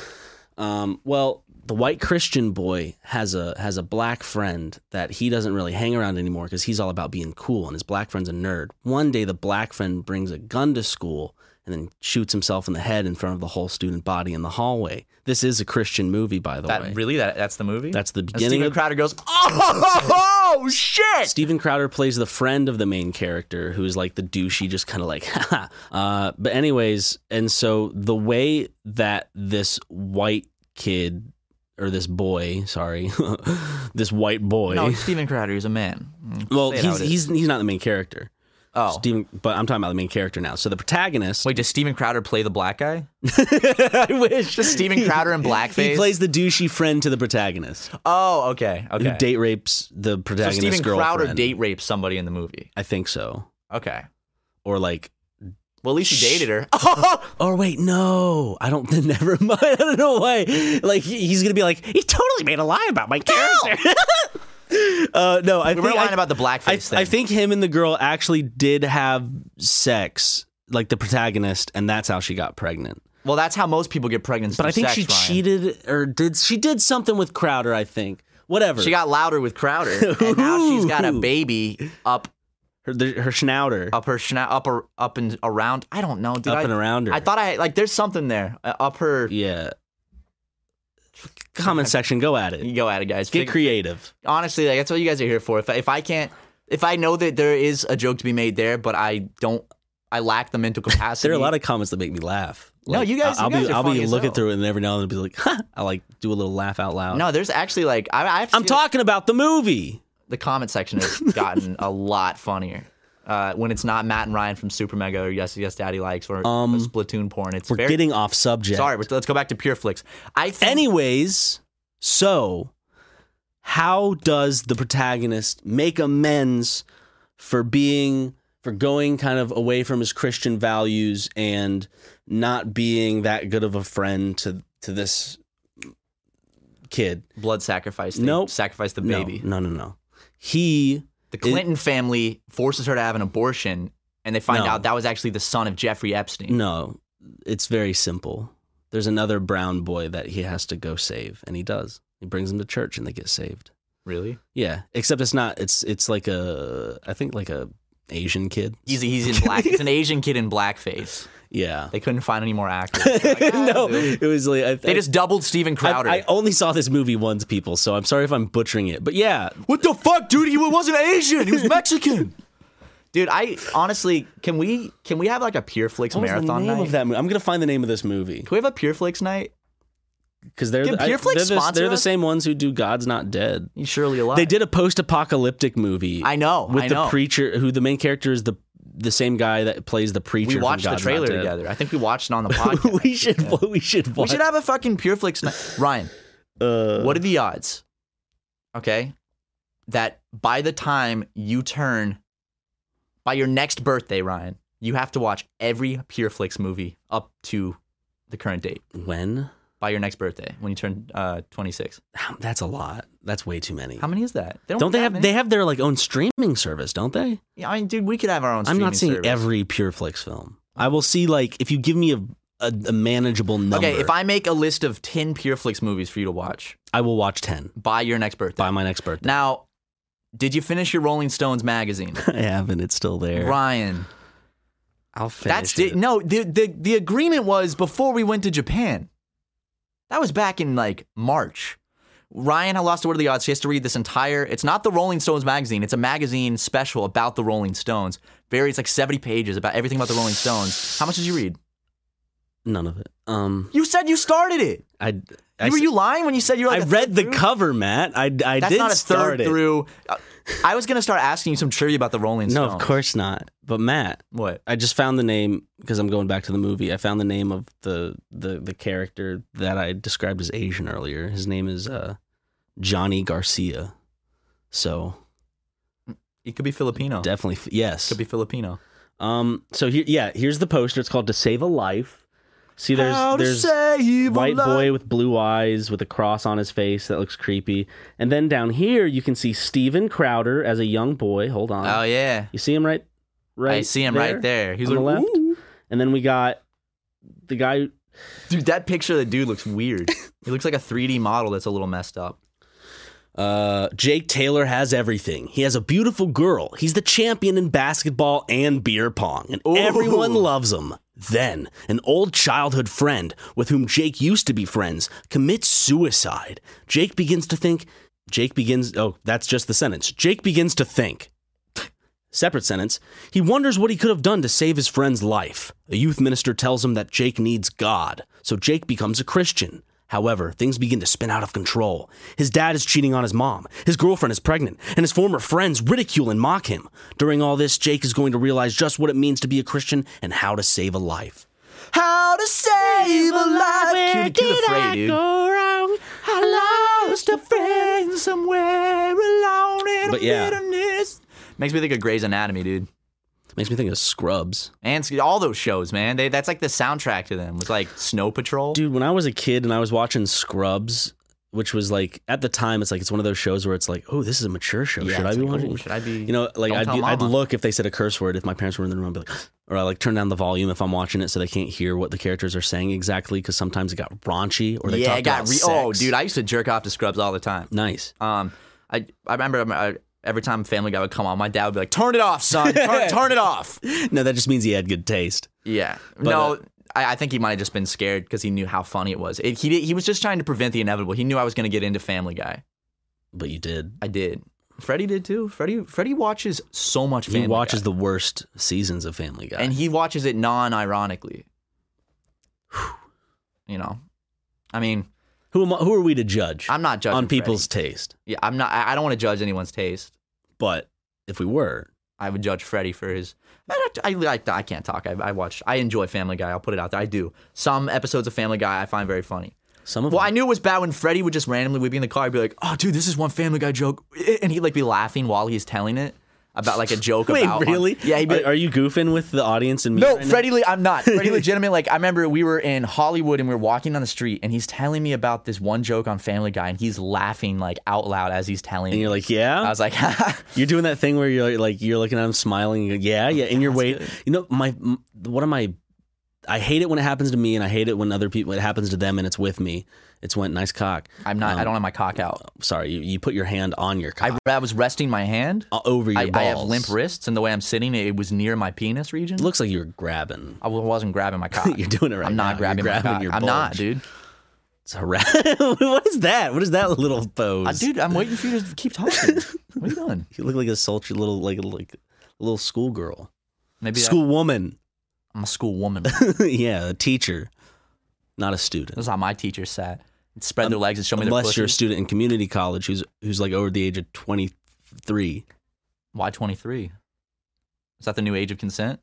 Speaker 3: Um, well, the white Christian boy has a has a black friend that he doesn't really hang around anymore because he's all about being cool, and his black friend's a nerd. One day, the black friend brings a gun to school and then shoots himself in the head in front of the whole student body in the hallway. This is a Christian movie, by the
Speaker 4: That
Speaker 3: way.
Speaker 4: really that that's the movie.
Speaker 3: That's the
Speaker 4: And
Speaker 3: beginning.
Speaker 4: Steven
Speaker 3: of
Speaker 4: Crowder goes, oh shit!
Speaker 3: [laughs] Steven Crowder plays the friend of the main character who's like the douchey, just kind of like, [laughs] haha. Uh, but, anyways, and so the way that this white kid or this boy, sorry, [laughs] this white boy,
Speaker 4: No, Steven Crowder is a man. Mm,
Speaker 3: [laughs] well,
Speaker 4: say it how
Speaker 3: he's,
Speaker 4: it is.
Speaker 3: he's, he's not the main character.
Speaker 4: oh
Speaker 3: Steven, but I'm talking about the main character now. So the protagonist, [laughs]
Speaker 4: wait, does Steven Crowder play the black guy?
Speaker 3: I wish.
Speaker 4: Just Steven Crowder in
Speaker 3: [laughs]
Speaker 4: blackface.
Speaker 3: He plays the douchey friend to the protagonist
Speaker 4: Oh, okay, okay.
Speaker 3: who date rapes the
Speaker 4: so
Speaker 3: protagonist's
Speaker 4: Steven
Speaker 3: girlfriend.
Speaker 4: Crowder date raped somebody in the movie.
Speaker 3: I think so.
Speaker 4: Okay.
Speaker 3: Or like
Speaker 4: Well, at least he
Speaker 3: [laughs]
Speaker 4: dated her.
Speaker 3: Oh, Or wait, no, I don't. [laughs] Never mind. I don't know why. Like he- he's gonna be like, he totally made a lie about my character. [laughs] uh, no, I
Speaker 4: we were
Speaker 3: think I-
Speaker 4: lying about the blackface
Speaker 3: I,
Speaker 4: thing.
Speaker 3: I think him and the girl actually did have sex, like the protagonist, and that's how she got pregnant.
Speaker 4: Well, that's how most people get pregnant. is
Speaker 3: But I
Speaker 4: through
Speaker 3: think
Speaker 4: sex,
Speaker 3: she
Speaker 4: Ryan.
Speaker 3: cheated or did she did something with Crowder? I think whatever.
Speaker 4: She got louder with
Speaker 3: [laughs]
Speaker 4: Crowder, and now she's got a
Speaker 3: Ooh.
Speaker 4: baby up
Speaker 3: her, the, her schnauder
Speaker 4: up her schna- up her, up and around. I don't know. Did
Speaker 3: up
Speaker 4: I,
Speaker 3: and around her.
Speaker 4: I thought I like. There's something there. Uh, up her.
Speaker 3: yeah. Comment section, go at
Speaker 4: You
Speaker 3: it.
Speaker 4: go at it, guys.
Speaker 3: Get
Speaker 4: Fig-
Speaker 3: creative.
Speaker 4: honestly, like that's what you guys are here for. If I, if I can't, if I know that there is a joke to be made there, but I don't, I lack the mental capacity.
Speaker 3: There are a lot of comments that make me laugh.
Speaker 4: No, you guys-
Speaker 3: I- I'll
Speaker 4: you guys
Speaker 3: be,
Speaker 4: are
Speaker 3: I'll
Speaker 4: funny
Speaker 3: be
Speaker 4: as
Speaker 3: looking
Speaker 4: hell.
Speaker 3: through it, and every now and then I'll be like, huh, I like do a little laugh out loud.
Speaker 4: [laughs] no, there's actually like I, I have
Speaker 3: I'm
Speaker 4: seen-
Speaker 3: talking about the movie.
Speaker 4: The comment section
Speaker 3: [laughs]
Speaker 4: has gotten a lot funnier. Uh, when it's not Matt and Ryan from Super Mega or Yes Yes Daddy Likes or
Speaker 3: Um,
Speaker 4: Splatoon porn, it's
Speaker 3: We're
Speaker 4: very
Speaker 3: getting off subject.
Speaker 4: sorry. But let's go back to Pure Flicks. I think,
Speaker 3: Anyways, So, how does the protagonist make amends for being for going kind of away from his Christian values and not being that good of a friend to to this kid?
Speaker 4: Blood sacrifice. They
Speaker 3: Nope.
Speaker 4: Sacrifice the
Speaker 3: No,
Speaker 4: baby.
Speaker 3: No, no, no. He
Speaker 4: The Clinton family forces her to have an abortion, and they find
Speaker 3: No. Mm.
Speaker 4: out that was actually the son of Jeffrey Epstein.
Speaker 3: no. It's very simple. There's another brown boy that he has to go save, and he does. He brings him to church, and they get saved.
Speaker 4: Really?
Speaker 3: Yeah, except it's not. It's it's like a I think like a Asian kid.
Speaker 4: He's he's in
Speaker 3: [laughs]
Speaker 4: black. it's an Asian kid in blackface. [laughs]
Speaker 3: Yeah.
Speaker 4: They couldn't find any more
Speaker 3: [laughs]
Speaker 4: actors. They're like, "Ah,
Speaker 3: no,
Speaker 4: dude."
Speaker 3: it was like I,
Speaker 4: They just doubled Steven
Speaker 3: I,
Speaker 4: Crowder.
Speaker 3: I only saw this movie once, people. So I'm sorry if I'm butchering it, but yeah,
Speaker 4: What the fuck, dude? He wasn't Asian. He was Mexican. Dude, I honestly can we can we have like a Pure Flix
Speaker 3: what was the
Speaker 4: marathon
Speaker 3: name
Speaker 4: night?
Speaker 3: of that movie? I'm gonna find the name of this movie
Speaker 4: Can we have a Pure Flix night?
Speaker 3: because they're
Speaker 4: Can
Speaker 3: the, I-
Speaker 4: Pureflix
Speaker 3: they're, the,
Speaker 4: sponsor
Speaker 3: they're the
Speaker 4: us?
Speaker 3: same ones who do God's Not Dead.
Speaker 4: You surely alive.
Speaker 3: They did a post-apocalyptic movie.
Speaker 4: I know,
Speaker 3: with
Speaker 4: I
Speaker 3: the
Speaker 4: know.
Speaker 3: preacher, who the main character is the the same guy that plays the preacher.
Speaker 4: We
Speaker 3: from
Speaker 4: watched the
Speaker 3: God's Not
Speaker 4: trailer
Speaker 3: Dead.
Speaker 4: together. I think we watched it on the podcast.
Speaker 3: [laughs] we should we should watch.
Speaker 4: we should have a fucking Pure Flix night. Ryan,
Speaker 3: uh,
Speaker 4: what are the odds? Okay, that by the time you turn, by your next birthday, Ryan, you have to watch every Pure Flix movie up to the current date.
Speaker 3: when?
Speaker 4: by your next birthday when you turn uh, 26.
Speaker 3: That's a lot. That's way too many.
Speaker 4: How many is that? They
Speaker 3: don't they
Speaker 4: that
Speaker 3: have
Speaker 4: many.
Speaker 3: they have their like own streaming service, don't they?
Speaker 4: Yeah, I mean, dude, we could have our own.
Speaker 3: I'm not seeing
Speaker 4: streaming service.
Speaker 3: every Pureflix film. I will see like if you give me a a, a manageable number.
Speaker 4: Okay, if I make a list of 10 PureFlix movies for you to watch
Speaker 3: I will watch ten
Speaker 4: by your next birthday.
Speaker 3: by my next birthday.
Speaker 4: now, did you finish your Rolling Stones magazine,
Speaker 3: [laughs] I haven't. It's still there.
Speaker 4: Ryan?
Speaker 3: I'll finish
Speaker 4: That's di- no. The, the the agreement was before we went to Japan. That was back in like March. Ryan had lost a word of the odds. She has to read this entire. It's not the Rolling Stones magazine. It's a magazine special about the Rolling Stones. Very, it's like seventy pages about everything about the Rolling Stones. How much did you read?
Speaker 3: None of it. Um,
Speaker 4: You said you started it.
Speaker 3: I. I
Speaker 4: Were
Speaker 3: s-
Speaker 4: you lying when you said you were? Like
Speaker 3: I
Speaker 4: a
Speaker 3: read
Speaker 4: third
Speaker 3: the
Speaker 4: through?
Speaker 3: cover, Matt. I, I
Speaker 4: That's
Speaker 3: did
Speaker 4: not a
Speaker 3: start
Speaker 4: third
Speaker 3: it.
Speaker 4: through. Uh, I was gonna start asking you some trivia about the Rolling
Speaker 3: No,
Speaker 4: Stones.
Speaker 3: of course not. But Matt,
Speaker 4: What?
Speaker 3: I just found the name because I'm going back to the movie. I found the name of the the the character that I described as Asian earlier. His name is uh, Johnny Garcia. So
Speaker 4: It could be Filipino.
Speaker 3: definitely f- yes.
Speaker 4: could be Filipino.
Speaker 3: Um. So here, yeah, here's the poster. It's called "To Save a Life." See, there's
Speaker 4: How to
Speaker 3: there's
Speaker 4: save a
Speaker 3: white
Speaker 4: life.
Speaker 3: boy with blue eyes with a cross on his face that looks creepy, and then down here you can see Steven Crowder as a young boy. Hold on,
Speaker 4: Oh yeah.
Speaker 3: you see him right, right.
Speaker 4: I see him right there. He's
Speaker 3: on the
Speaker 4: like,
Speaker 3: left,
Speaker 4: "Ooh."
Speaker 3: and then we got the guy.
Speaker 4: Dude, that picture of the dude looks weird. he looks like a 3D model that's a little messed up.
Speaker 3: Uh, Jake Taylor has everything. He has a beautiful girl. He's the champion in basketball and beer pong, and
Speaker 4: Ooh.
Speaker 3: everyone loves him. Then, an old childhood friend with whom Jake used to be friends commits suicide. Jake begins to think. Jake begins. Oh, that's just the sentence. Jake begins to think. Separate sentence. He wonders what he could have done to save his friend's life. A youth minister tells him that Jake needs God, so Jake becomes a Christian. However, things begin to spin out of control. His dad is cheating on his mom, his girlfriend is pregnant, and his former friends ridicule and mock him. During all this, Jake is going to realize just what it means to be a Christian and how to save a life.
Speaker 4: How to save a life? Cue the, cue the fray, dude. I lost a friend somewhere alone in
Speaker 3: But yeah.
Speaker 4: bitterness. Makes me think of Grey's Anatomy, dude.
Speaker 3: Makes me think of Scrubs.
Speaker 4: And s- all those shows, man. They, that's like the soundtrack to them. Was like Snow Patrol.
Speaker 3: Dude, when I was a kid and I was watching Scrubs, which was like at the time, it's like it's one of those shows where it's like, oh, this is a mature show.
Speaker 4: Yeah,
Speaker 3: should I
Speaker 4: it's
Speaker 3: be
Speaker 4: like,
Speaker 3: watching?
Speaker 4: "Ooh, should I be-
Speaker 3: You know, like
Speaker 4: Don't
Speaker 3: I'd,
Speaker 4: tell
Speaker 3: be, I'd
Speaker 4: mama."
Speaker 3: look if they said a curse word if my parents were in the room, I'd be like, or I like turn down the volume if I'm watching it so they can't hear what the characters are saying exactly because sometimes it got raunchy or they
Speaker 4: yeah,
Speaker 3: talked
Speaker 4: it got
Speaker 3: about
Speaker 4: re-
Speaker 3: sex.
Speaker 4: oh, dude. I used to jerk off to Scrubs all the time.
Speaker 3: nice.
Speaker 4: Um, I I remember um, I, every time Family Guy would come on, my dad would be like, "Turn it off,
Speaker 3: [laughs]
Speaker 4: son. Turn, turn it off."
Speaker 3: No, that just means he had good taste.
Speaker 4: Yeah.
Speaker 3: uh,
Speaker 4: no, I, I think he might have just been scared because he knew how funny it was. It, he did, he was just trying to prevent the inevitable. He knew I was going to get into Family Guy.
Speaker 3: But you did.
Speaker 4: I did. Freddie did too. Freddie Freddie watches so much Family
Speaker 3: he watches
Speaker 4: Guy.
Speaker 3: the worst seasons of Family Guy.
Speaker 4: and he watches it non-ironically. you know, I mean,
Speaker 3: who am I, who are we to judge
Speaker 4: I'm not judging
Speaker 3: on people's taste?
Speaker 4: Freddie. Yeah, I'm not. I, I don't want to judge anyone's taste.
Speaker 3: But if we were,
Speaker 4: I would judge Freddie for his. I, I, I, I can't talk. I, I watch. I enjoy Family Guy. I'll put it out there. I do. Some episodes of Family Guy I find very funny.
Speaker 3: Some of
Speaker 4: Well,
Speaker 3: them.
Speaker 4: I knew it was bad when Freddie would just randomly we'd be in the car, I'd be like, "Oh, dude, this is one Family Guy joke," and he'd like be laughing while he's telling it about like a joke
Speaker 3: [laughs] [laughs] Wait,
Speaker 4: about.
Speaker 3: really?
Speaker 4: yeah, he'd be
Speaker 3: are,
Speaker 4: like,
Speaker 3: are you goofing with the audience and me?
Speaker 4: No,
Speaker 3: right now?
Speaker 4: Freddie, le- I'm
Speaker 3: [laughs]
Speaker 4: not. Freddie, legitimate. Like, I remember we were in Hollywood and we were walking down the street, and he's telling me about this one joke on Family Guy, and he's laughing like out loud as he's telling
Speaker 3: And
Speaker 4: me.
Speaker 3: you're like, yeah.
Speaker 4: I was like, [laughs]
Speaker 3: You're doing that thing where you're like you're looking at him smiling. You go, yeah, yeah. And you're wait. You know, my m- one of my I hate it when it happens to me, and I hate it when other people it happens to them, and it's with me. It's when nice cock.
Speaker 4: I'm not. I don't have my cock out.
Speaker 3: Sorry, you, you put your hand on your
Speaker 4: I,
Speaker 3: cock
Speaker 4: I was resting my hand.
Speaker 3: o- over your
Speaker 4: I,
Speaker 3: balls.
Speaker 4: I have limp wrist, and the way I'm sitting, it was near my penis region.
Speaker 3: It looks like you're grabbing. [laughs]
Speaker 4: I wasn't grabbing my cock.
Speaker 3: You're doing it right
Speaker 4: I'm
Speaker 3: now.
Speaker 4: not
Speaker 3: You're
Speaker 4: grabbing,
Speaker 3: grabbing
Speaker 4: my cock.
Speaker 3: your
Speaker 4: I'm not,
Speaker 3: bulge.
Speaker 4: dude.
Speaker 3: It's harass- [laughs] what is that? What is that little pose?
Speaker 4: Uh, dude, I'm waiting for you to
Speaker 3: [laughs]
Speaker 4: keep talking. what are you doing?
Speaker 3: You look like a sultry little like like a little schoolgirl,
Speaker 4: Maybe I-
Speaker 3: schoolwoman. [laughs]
Speaker 4: I'm a school woman.
Speaker 3: yeah, a teacher, not a student.
Speaker 4: That's how my teachers sat. Spread their legs and show me their
Speaker 3: Um, unless
Speaker 4: pussies.
Speaker 3: you're a student in community college who's who's like over the age of
Speaker 4: [laughs]
Speaker 3: 23
Speaker 4: Why 23? Is that the new age of consent?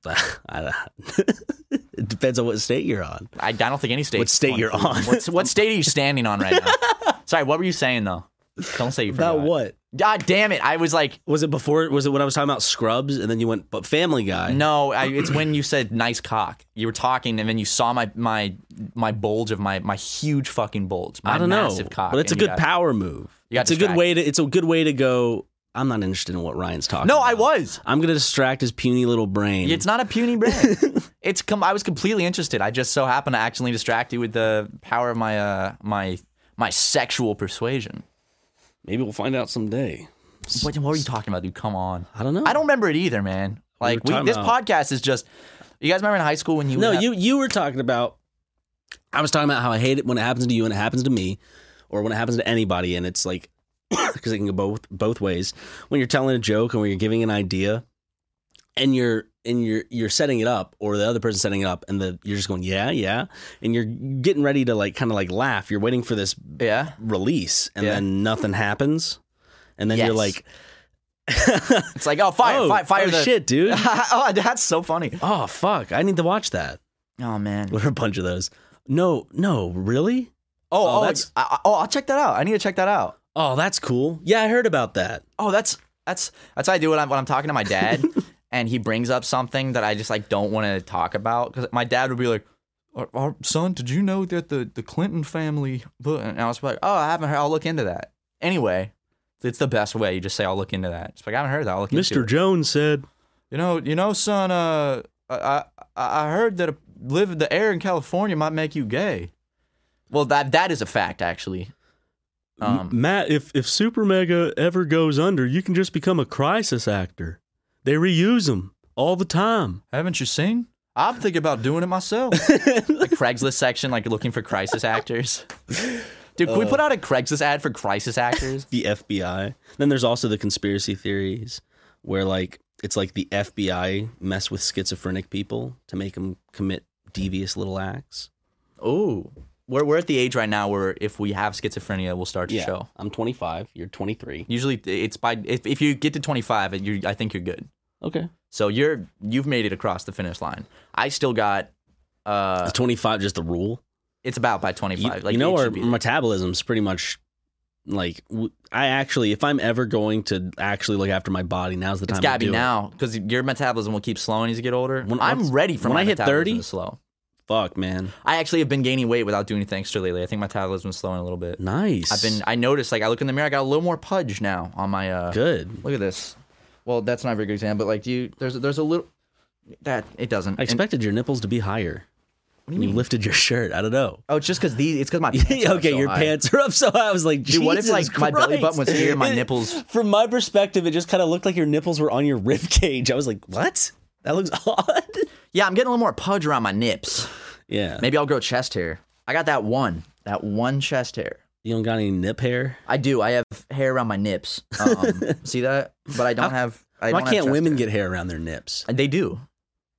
Speaker 3: I, don't- it depends on what state you're on
Speaker 4: I, I don't think any state.
Speaker 3: What state you're on.
Speaker 4: What's, what state are you standing on right now?
Speaker 3: [laughs]
Speaker 4: Sorry, what were you saying though? Don't say you forgot.
Speaker 3: about what
Speaker 4: God damn it! I was like,
Speaker 3: was it before was it when i was talking about scrubs and then you went but family guy
Speaker 4: no. I, it's when you said nice cock. You were talking, and then you saw my my my bulge of my my huge fucking bulge. My
Speaker 3: i don't know
Speaker 4: massive cock.
Speaker 3: but it's a
Speaker 4: and you
Speaker 3: good
Speaker 4: got-
Speaker 3: power move
Speaker 4: you got
Speaker 3: it's a good
Speaker 4: distracted.
Speaker 3: way to it's a good way to go i'm not interested in what ryan's talking
Speaker 4: No, I
Speaker 3: about.
Speaker 4: was.
Speaker 3: i'm gonna distract his puny little brain
Speaker 4: It's not a
Speaker 3: [laughs]
Speaker 4: puny brand. it's com- I was completely interested. I just so happened to accidentally distract you with the power of my uh my my sexual persuasion.
Speaker 3: maybe we'll find out someday
Speaker 4: What, what are you talking about, dude? Come on.
Speaker 3: i don't know
Speaker 4: I don't remember it either, man. Like
Speaker 3: were
Speaker 4: we,
Speaker 3: talking
Speaker 4: this
Speaker 3: about-
Speaker 4: podcast is just. You guys remember in high school when you?
Speaker 3: No,
Speaker 4: would have-
Speaker 3: you you were talking about. I was talking about how I hate it when it happens to you and it happens to me, or when it happens to anybody, and it's like [coughs] because it can go both both ways. When you're telling a joke and when you're giving an idea, and you're and you're you're setting it up, or the other person's setting it up, and the you're just going yeah yeah, and you're getting ready to like kind of like laugh. You're waiting for this
Speaker 4: Yeah.
Speaker 3: release, and
Speaker 4: Yeah.
Speaker 3: then nothing happens, and then
Speaker 4: Yes.
Speaker 3: you're like
Speaker 4: It's like oh fire
Speaker 3: oh
Speaker 4: fire fire
Speaker 3: oh,
Speaker 4: the
Speaker 3: shit, dude.
Speaker 4: [laughs] oh, that's so funny.
Speaker 3: oh fuck, I need to watch that.
Speaker 4: Oh man.
Speaker 3: What are a bunch of those? No, no, really?
Speaker 4: Oh oh,
Speaker 3: that's-
Speaker 4: I, I- oh I'll check that out. I need to check that out.
Speaker 3: Oh, that's cool. Yeah, I heard about that.
Speaker 4: Oh that's that's that's how I do when I'm when I'm talking to my dad and he brings up something that I just like don't want to talk about because my dad would be like. "Our- Our son, did you know that the, the Clinton family? bu-" And I was like, oh, I haven't heard. I'll look into that. Anyway, it's the best way. You just say, I'll look into that. It's like I haven't heard that. I'll look into it.
Speaker 3: Mr. Jones said,
Speaker 4: You know, you know, son. Uh, I I, I heard that a, live the air in California might make you gay. Well, that that is a fact, actually. Um,
Speaker 3: Matt, if, if Super Mega ever goes under, you can just become a crisis actor. They reuse them all the time.
Speaker 4: haven't you seen? I'm thinking about doing it [laughs] myself. the Craigslist section, like looking for crisis actors. Dude, can we put out a Craigslist ad for crisis [laughs] actors?
Speaker 3: The FBI. Then there's also the conspiracy theories where, like, it's like the FBI mess with schizophrenic people to make them commit devious little acts.
Speaker 4: Oh, we're we're at the age right now where if we have schizophrenia, we'll start to show.
Speaker 3: I'm 25. You're 23.
Speaker 4: Usually, it's by if, if you get to 25, and you I think you're good.
Speaker 3: Okay.
Speaker 4: So you're you've made it across the finish line. I still got uh
Speaker 3: Is 25 just the rule?
Speaker 4: it's about by 25.
Speaker 3: you,
Speaker 4: like
Speaker 3: you know
Speaker 4: it
Speaker 3: our
Speaker 4: should be.
Speaker 3: metabolism's pretty much like w- I actually if I'm ever going to actually look after my body now's the time
Speaker 4: it's got to
Speaker 3: to
Speaker 4: be
Speaker 3: do it.
Speaker 4: now cuz your metabolism will keep slowing as you get older.
Speaker 3: When-
Speaker 4: I'm
Speaker 3: once-
Speaker 4: ready for
Speaker 3: when
Speaker 4: my
Speaker 3: I hit 30?
Speaker 4: metabolism to slow.
Speaker 3: Fuck man,
Speaker 4: I actually have been gaining weight without doing anything extra lately. I think my metabolism's slowing a little bit.
Speaker 3: nice.
Speaker 4: I've been I noticed like I look in the mirror I got a little more pudge now on my uh
Speaker 3: good.
Speaker 4: Look at this. Well, that's not a very good example, but like do you there's there's a little that it doesn't.
Speaker 3: I expected your nipples to be higher.
Speaker 4: what do
Speaker 3: You lifted your shirt. I don't
Speaker 4: [laughs]
Speaker 3: know.
Speaker 4: Oh, it's just cuz these it's
Speaker 3: [laughs]
Speaker 4: cuz my pants are up
Speaker 3: okay,
Speaker 4: so
Speaker 3: your
Speaker 4: high.
Speaker 3: pants are up, [laughs] so I was like,
Speaker 4: Dude, what if,
Speaker 3: Jesus
Speaker 4: like, my belly
Speaker 3: Christ.
Speaker 4: button was here, my
Speaker 3: It- [laughs]
Speaker 4: nipples-
Speaker 3: From my perspective, it just kind of looked like your nipples were on your rib cage. I was like, what? That looks [laughs] odd.
Speaker 4: Yeah, I'm getting a little more pudge around my nips.
Speaker 3: Yeah,
Speaker 4: Maybe I'll grow chest hair. I got that one, that one chest hair.
Speaker 3: you don't got any nip hair.
Speaker 4: I do. I have hair around my nips.
Speaker 3: [laughs]
Speaker 4: Um, see that? But I don't have. I
Speaker 3: Why
Speaker 4: don't have
Speaker 3: can't
Speaker 4: chest
Speaker 3: women get hair around their nips?
Speaker 4: hair. They do.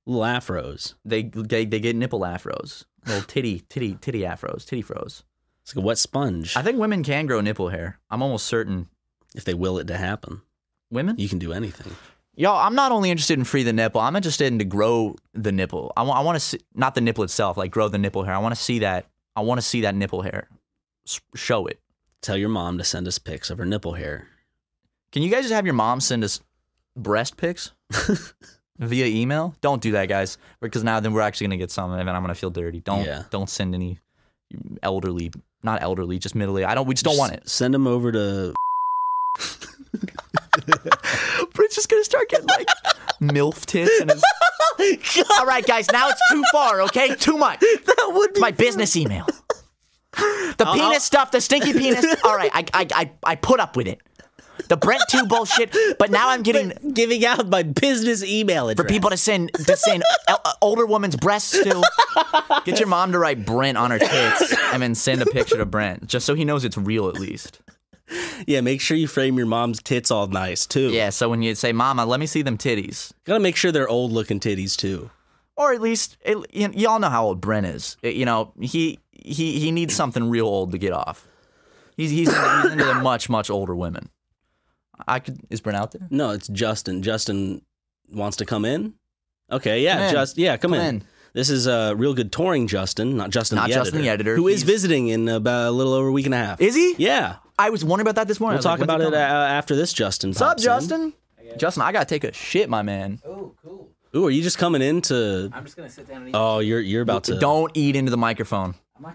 Speaker 3: Little afros.
Speaker 4: They they, they get nipple afros, little titty titty titty afros, titty fros.
Speaker 3: It's like a wet sponge.
Speaker 4: I think women can grow nipple hair. I'm almost certain.
Speaker 3: if they will it to happen.
Speaker 4: Women?
Speaker 3: You can do anything.
Speaker 4: Y'all, I'm not only interested in free the nipple. I'm interested in to grow the nipple. I want. I want to see not the nipple itself, like grow the nipple hair. I want to see that. I want to see that nipple hair. s- show it.
Speaker 5: Tell your mom to send us pics of her nipple hair.
Speaker 4: Can you guys just have your mom send us breast [laughs] pics via email? Don't do that, guys, because now then we're actually gonna get some, and then I'm gonna feel dirty. Don't
Speaker 5: Yeah.
Speaker 4: don't send any elderly, not elderly, just middle aged. I don't. We just don't want it.
Speaker 5: Send them over to
Speaker 4: [laughs] Britt's just gonna start getting like milf tits. And [laughs] All right, guys, now it's too far. Okay, too much. [laughs] That would be my business [laughs] email. The penis stuff, the stinky [laughs] penis. All right, I, I I I put up with it. The Brent two bullshit, but now I'm getting
Speaker 5: giving out my business email address.
Speaker 4: for people to send to [laughs] send el- uh, older woman's breasts to. Get your mom to write Brent on her tits and then send a picture to Brent, just so he knows it's real at least.
Speaker 5: yeah, make sure you frame your mom's tits all nice too.
Speaker 4: Yeah. So when you say, "Mama, let me see them titties,"
Speaker 5: gotta make sure they're old looking titties too.
Speaker 4: or at least it, y- y'all know how old Brent is. Uh, you know he he he needs something real old to get off. He's he's, he's
Speaker 5: [coughs]
Speaker 4: into the much much older women. I could is Brent out there?
Speaker 5: No, it's Justin. Justin wants to come in. Okay, yeah,
Speaker 4: Come in.
Speaker 5: just yeah, come,
Speaker 4: Come
Speaker 5: in.
Speaker 4: in.
Speaker 5: This is a uh, real good touring Justin, not Justin,
Speaker 4: Not
Speaker 5: the
Speaker 4: Justin
Speaker 5: editor,
Speaker 4: the editor.
Speaker 5: who is
Speaker 4: He's-
Speaker 5: visiting in about a little over a week and a half.
Speaker 4: Is he?
Speaker 5: Yeah,
Speaker 4: I was wondering about that this morning.
Speaker 5: we'll talk about it uh, after this. Justin,
Speaker 4: What's up,
Speaker 5: pops in.
Speaker 4: Justin? Justin, I gotta take a shit, my man.
Speaker 5: Ooh, are you just coming in to? I'm just gonna sit down. And eat. Oh, you're you're about to.
Speaker 4: Don't eat into the microphone.
Speaker 5: You're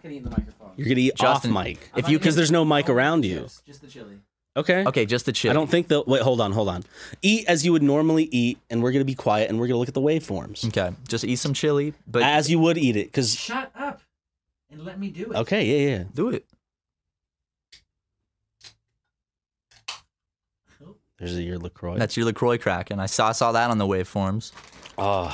Speaker 5: gonna eat
Speaker 4: Justin,
Speaker 5: off mic
Speaker 4: if you
Speaker 5: because
Speaker 4: can-
Speaker 5: there's no mic around you. Just the chili. Okay.
Speaker 4: Okay, just the chili.
Speaker 5: I don't think they'll wait. Hold on, hold on. Eat as you would normally eat, and we're gonna be quiet, and we're gonna look at the waveforms
Speaker 4: Okay, just eat some chili, but
Speaker 5: as you would eat it. Because shut up and let me do it. Okay. Yeah. Yeah.
Speaker 4: do it.
Speaker 5: There's your Lacroix.
Speaker 4: That's your Lacroix crack, and I saw saw that on the waveforms.
Speaker 5: oh,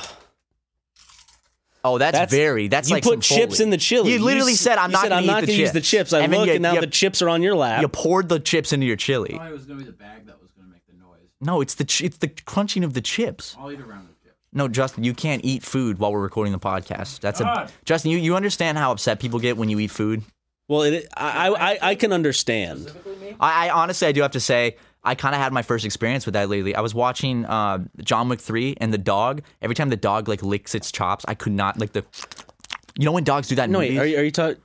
Speaker 4: Oh, that's,
Speaker 5: That's-
Speaker 4: very. That's
Speaker 5: you
Speaker 4: like
Speaker 5: put
Speaker 4: some
Speaker 5: chips
Speaker 4: Foley.
Speaker 5: in the chili.
Speaker 4: You literally
Speaker 5: s-
Speaker 4: said, "I'm
Speaker 5: you
Speaker 4: not
Speaker 5: said,
Speaker 4: gonna
Speaker 5: I'm
Speaker 4: eat
Speaker 5: not
Speaker 4: the
Speaker 5: gonna use
Speaker 4: chips."
Speaker 5: the chips." I
Speaker 4: And then
Speaker 5: look,
Speaker 4: you-
Speaker 5: and now
Speaker 4: you-
Speaker 5: the chips are on your lap.
Speaker 4: You poured the chips into your chili. it was gonna be the bag that was gonna make the noise. No, it's the ch- it's the crunching of the chips. I'll eat around the chips. No, Justin, you can't eat food while we're recording the podcast. That's a Justin. You you understand how upset people get when you eat food?
Speaker 5: Well, it, I, I I I can understand.
Speaker 4: I, I honestly, I do have to say, I kind of had my first experience with that lately. I was watching uh, John Wick three, and the dog. Every time the dog like licks its chops, I could not like the. You know when dogs do that? in
Speaker 5: No, wait,
Speaker 4: movies?
Speaker 5: are you, are you talking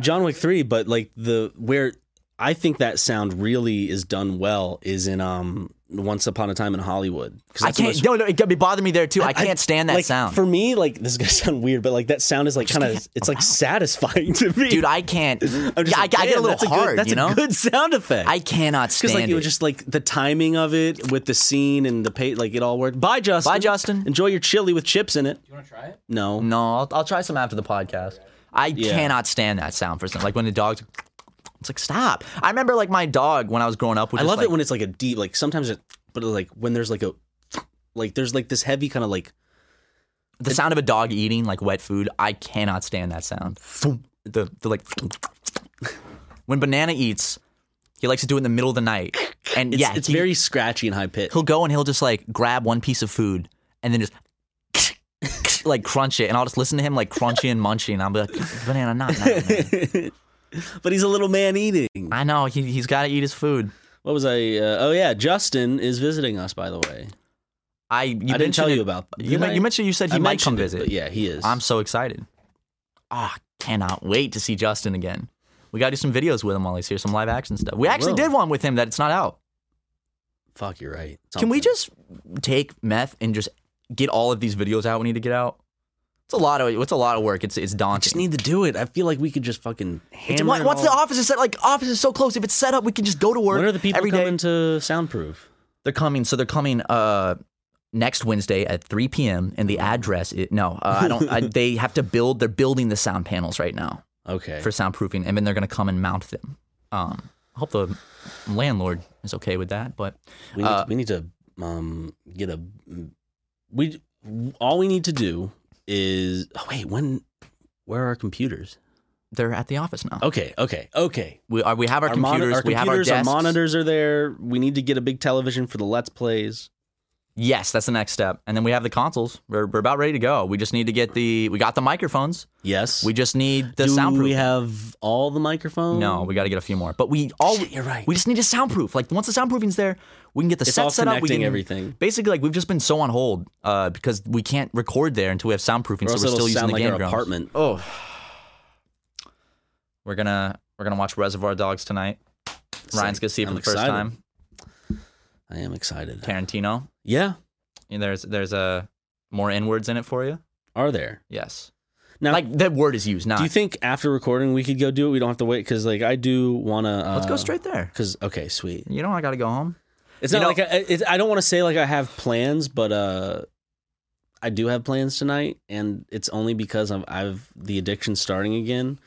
Speaker 5: John Wick three? But like the where I think that sound really is done well is in um Once Upon a Time in Hollywood. 'Cause
Speaker 4: I
Speaker 5: that's the
Speaker 4: can't.
Speaker 5: most-
Speaker 4: No, no, it, it bothered me there too. I, can't stand that
Speaker 5: like,
Speaker 4: sound.
Speaker 5: For me, like this is gonna [laughs] sound weird, but like that sound is like kind of it's like satisfying [laughs] to me.
Speaker 4: Dude, I can't. Yeah,
Speaker 5: I'm just
Speaker 4: I, I
Speaker 5: like,
Speaker 4: get a
Speaker 5: "Damn,
Speaker 4: little
Speaker 5: that's
Speaker 4: hard,
Speaker 5: Good, that's
Speaker 4: you know.
Speaker 5: a good sound effect.
Speaker 4: I cannot
Speaker 5: because
Speaker 4: stand
Speaker 5: like it
Speaker 4: it.
Speaker 5: was just like the timing of it with the scene and the pay, like it all worked. Bye, Justin.
Speaker 4: Bye, Justin.
Speaker 5: Enjoy your chili with chips in it. Do you want to try it? No.
Speaker 4: no, I'll, I'll try some after the podcast. I cannot stand that sound for some. Like when the dog's, it's like stop. I remember like my dog when I was growing up. Would
Speaker 5: I
Speaker 4: just,
Speaker 5: love
Speaker 4: like,
Speaker 5: it when it's like a deep, like sometimes it, but like when there's like a, like there's like this heavy kind of like
Speaker 4: the sound of a dog eating like wet food, I cannot stand that sound. Thump. The, the like when banana eats, he likes to do it in the middle of the night, and
Speaker 5: it's,
Speaker 4: yeah,
Speaker 5: it's
Speaker 4: he-
Speaker 5: very scratchy and high pitched.
Speaker 4: He'll go and he'll just like grab one piece of food and then just like crunch it, and I'll just listen to him like crunchy and munchy, and I'll be like, banana, not now,
Speaker 5: [laughs]
Speaker 4: man."
Speaker 5: [laughs] But he's a little man eating.
Speaker 4: I know he he's got to eat his food.
Speaker 5: What was I? Uh, oh yeah, Justin is visiting us by the way.
Speaker 4: I you
Speaker 5: I didn't
Speaker 4: mentioned
Speaker 5: tell
Speaker 4: it-
Speaker 5: you about.
Speaker 4: you.
Speaker 5: did
Speaker 4: men-
Speaker 5: I?
Speaker 4: you mentioned you said
Speaker 5: I
Speaker 4: he might come
Speaker 5: mentioned it,
Speaker 4: visit.
Speaker 5: but yeah, he is.
Speaker 4: I'm so excited. Ah, cannot wait to see Justin again. We gotta do some videos with him while he's here, some live action stuff. We actually
Speaker 5: will.
Speaker 4: did one with him that it's not out.
Speaker 5: Fuck, you're right.
Speaker 4: Can we
Speaker 5: Something.
Speaker 4: just take meth and just get all of these videos out we need to get out? It's a lot of it's a lot of work. It's it's
Speaker 5: I just
Speaker 4: daunting.
Speaker 5: need to do it. I feel like we could just fucking hammer.
Speaker 4: It's-
Speaker 5: it
Speaker 4: once the
Speaker 5: all-
Speaker 4: office is set, like office is so close. If it's set up, we can just go to work.
Speaker 5: When are the people
Speaker 4: every day.
Speaker 5: coming to soundproof?
Speaker 4: They're coming. So they're coming uh, next Wednesday at 3 p.m. And the address, is, no, uh, I
Speaker 5: [laughs]
Speaker 4: don't. I, they have to build. They're building the sound panels right now
Speaker 5: Okay.
Speaker 4: for soundproofing, and then they're going to come and mount them. Um, I hope the landlord is okay with that. But
Speaker 5: we, need,
Speaker 4: uh,
Speaker 5: we need to um, get a. We all we need to do is oh, wait. When where are our computers?
Speaker 4: they're at the office now.
Speaker 5: Okay, okay, okay.
Speaker 4: We are. We have our,
Speaker 5: Oh. Our,
Speaker 4: computers.
Speaker 5: moni- our
Speaker 4: we have our
Speaker 5: computers, our
Speaker 4: desks.
Speaker 5: monitors are there. We need to get a big television for the let's plays.
Speaker 4: Yes, that's the next step. And then we have the consoles. We're, we're about ready to go. We just need to get the. We got the microphones.
Speaker 5: Yes.
Speaker 4: We just need the
Speaker 5: do
Speaker 4: soundproofing.
Speaker 5: we have all the microphones?
Speaker 4: No, we got to get a few more. But we all
Speaker 5: you're right.
Speaker 4: We just need to soundproof. Like once the soundproofing's there, we can get the
Speaker 5: It's
Speaker 4: set
Speaker 5: all
Speaker 4: set up. We
Speaker 5: connecting
Speaker 4: can
Speaker 5: everything.
Speaker 4: Basically, like we've just been so on hold uh, because we can't record there until we have soundproofing.
Speaker 5: Or
Speaker 4: So
Speaker 5: else
Speaker 4: we're
Speaker 5: it'll
Speaker 4: still using
Speaker 5: sound
Speaker 4: the
Speaker 5: like
Speaker 4: game
Speaker 5: our
Speaker 4: drums.
Speaker 5: apartment.
Speaker 4: Oh, we're gonna we're We're gonna watch Reservoir Dogs tonight. Ryan's gonna see it for
Speaker 5: I'm
Speaker 4: the first
Speaker 5: excited.
Speaker 4: time.
Speaker 5: I am excited.
Speaker 4: Tarantino.
Speaker 5: Yeah.
Speaker 4: And there's there's a more N words in it for you.
Speaker 5: Are there?
Speaker 4: Yes.
Speaker 5: Now-
Speaker 4: like that word is used. Not.
Speaker 5: Do you think after recording we could go do it? We don't have to wait because like I do want to. Uh,
Speaker 4: Let's go straight there.
Speaker 5: Because okay, sweet.
Speaker 4: You know I gotta go home.
Speaker 5: It's
Speaker 4: You
Speaker 5: not
Speaker 4: know-
Speaker 5: like I, it's, I don't want to say like I have plans, but uh, I do have plans tonight, and it's only because I've, I've the addiction starting again.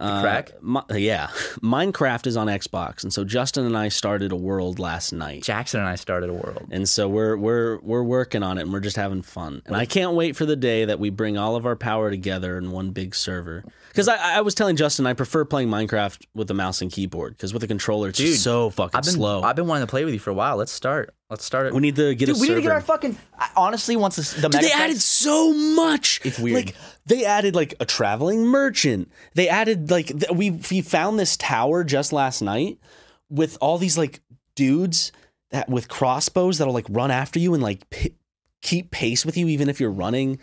Speaker 5: Uh,
Speaker 4: crack?
Speaker 5: mi- yeah, [laughs] Minecraft is on Xbox, and so Justin and I started a world last night.
Speaker 4: Jackson and I started a world.
Speaker 5: And so we're we're we're working on it and we're just having fun. And I can't wait for the day that we bring all of our power together in one big server. Because I, I was telling Justin I prefer playing Minecraft with a mouse and keyboard because with a controller it's
Speaker 4: Dude,
Speaker 5: just so fucking
Speaker 4: I've been
Speaker 5: slow.
Speaker 4: I've been wanting to play with you for a while. Let's start. Let's start it.
Speaker 5: we need to get
Speaker 4: Dude,
Speaker 5: a
Speaker 4: we need to get
Speaker 5: server.
Speaker 4: our fucking. I, honestly, once this, the
Speaker 5: Dude,
Speaker 4: mega
Speaker 5: they added so much.
Speaker 4: It's weird.
Speaker 5: Like they added like a traveling merchant. They added like th- we we found this tower just last night with all these like dudes that with crossbows that'll like run after you and like p- keep pace with you even if you're running.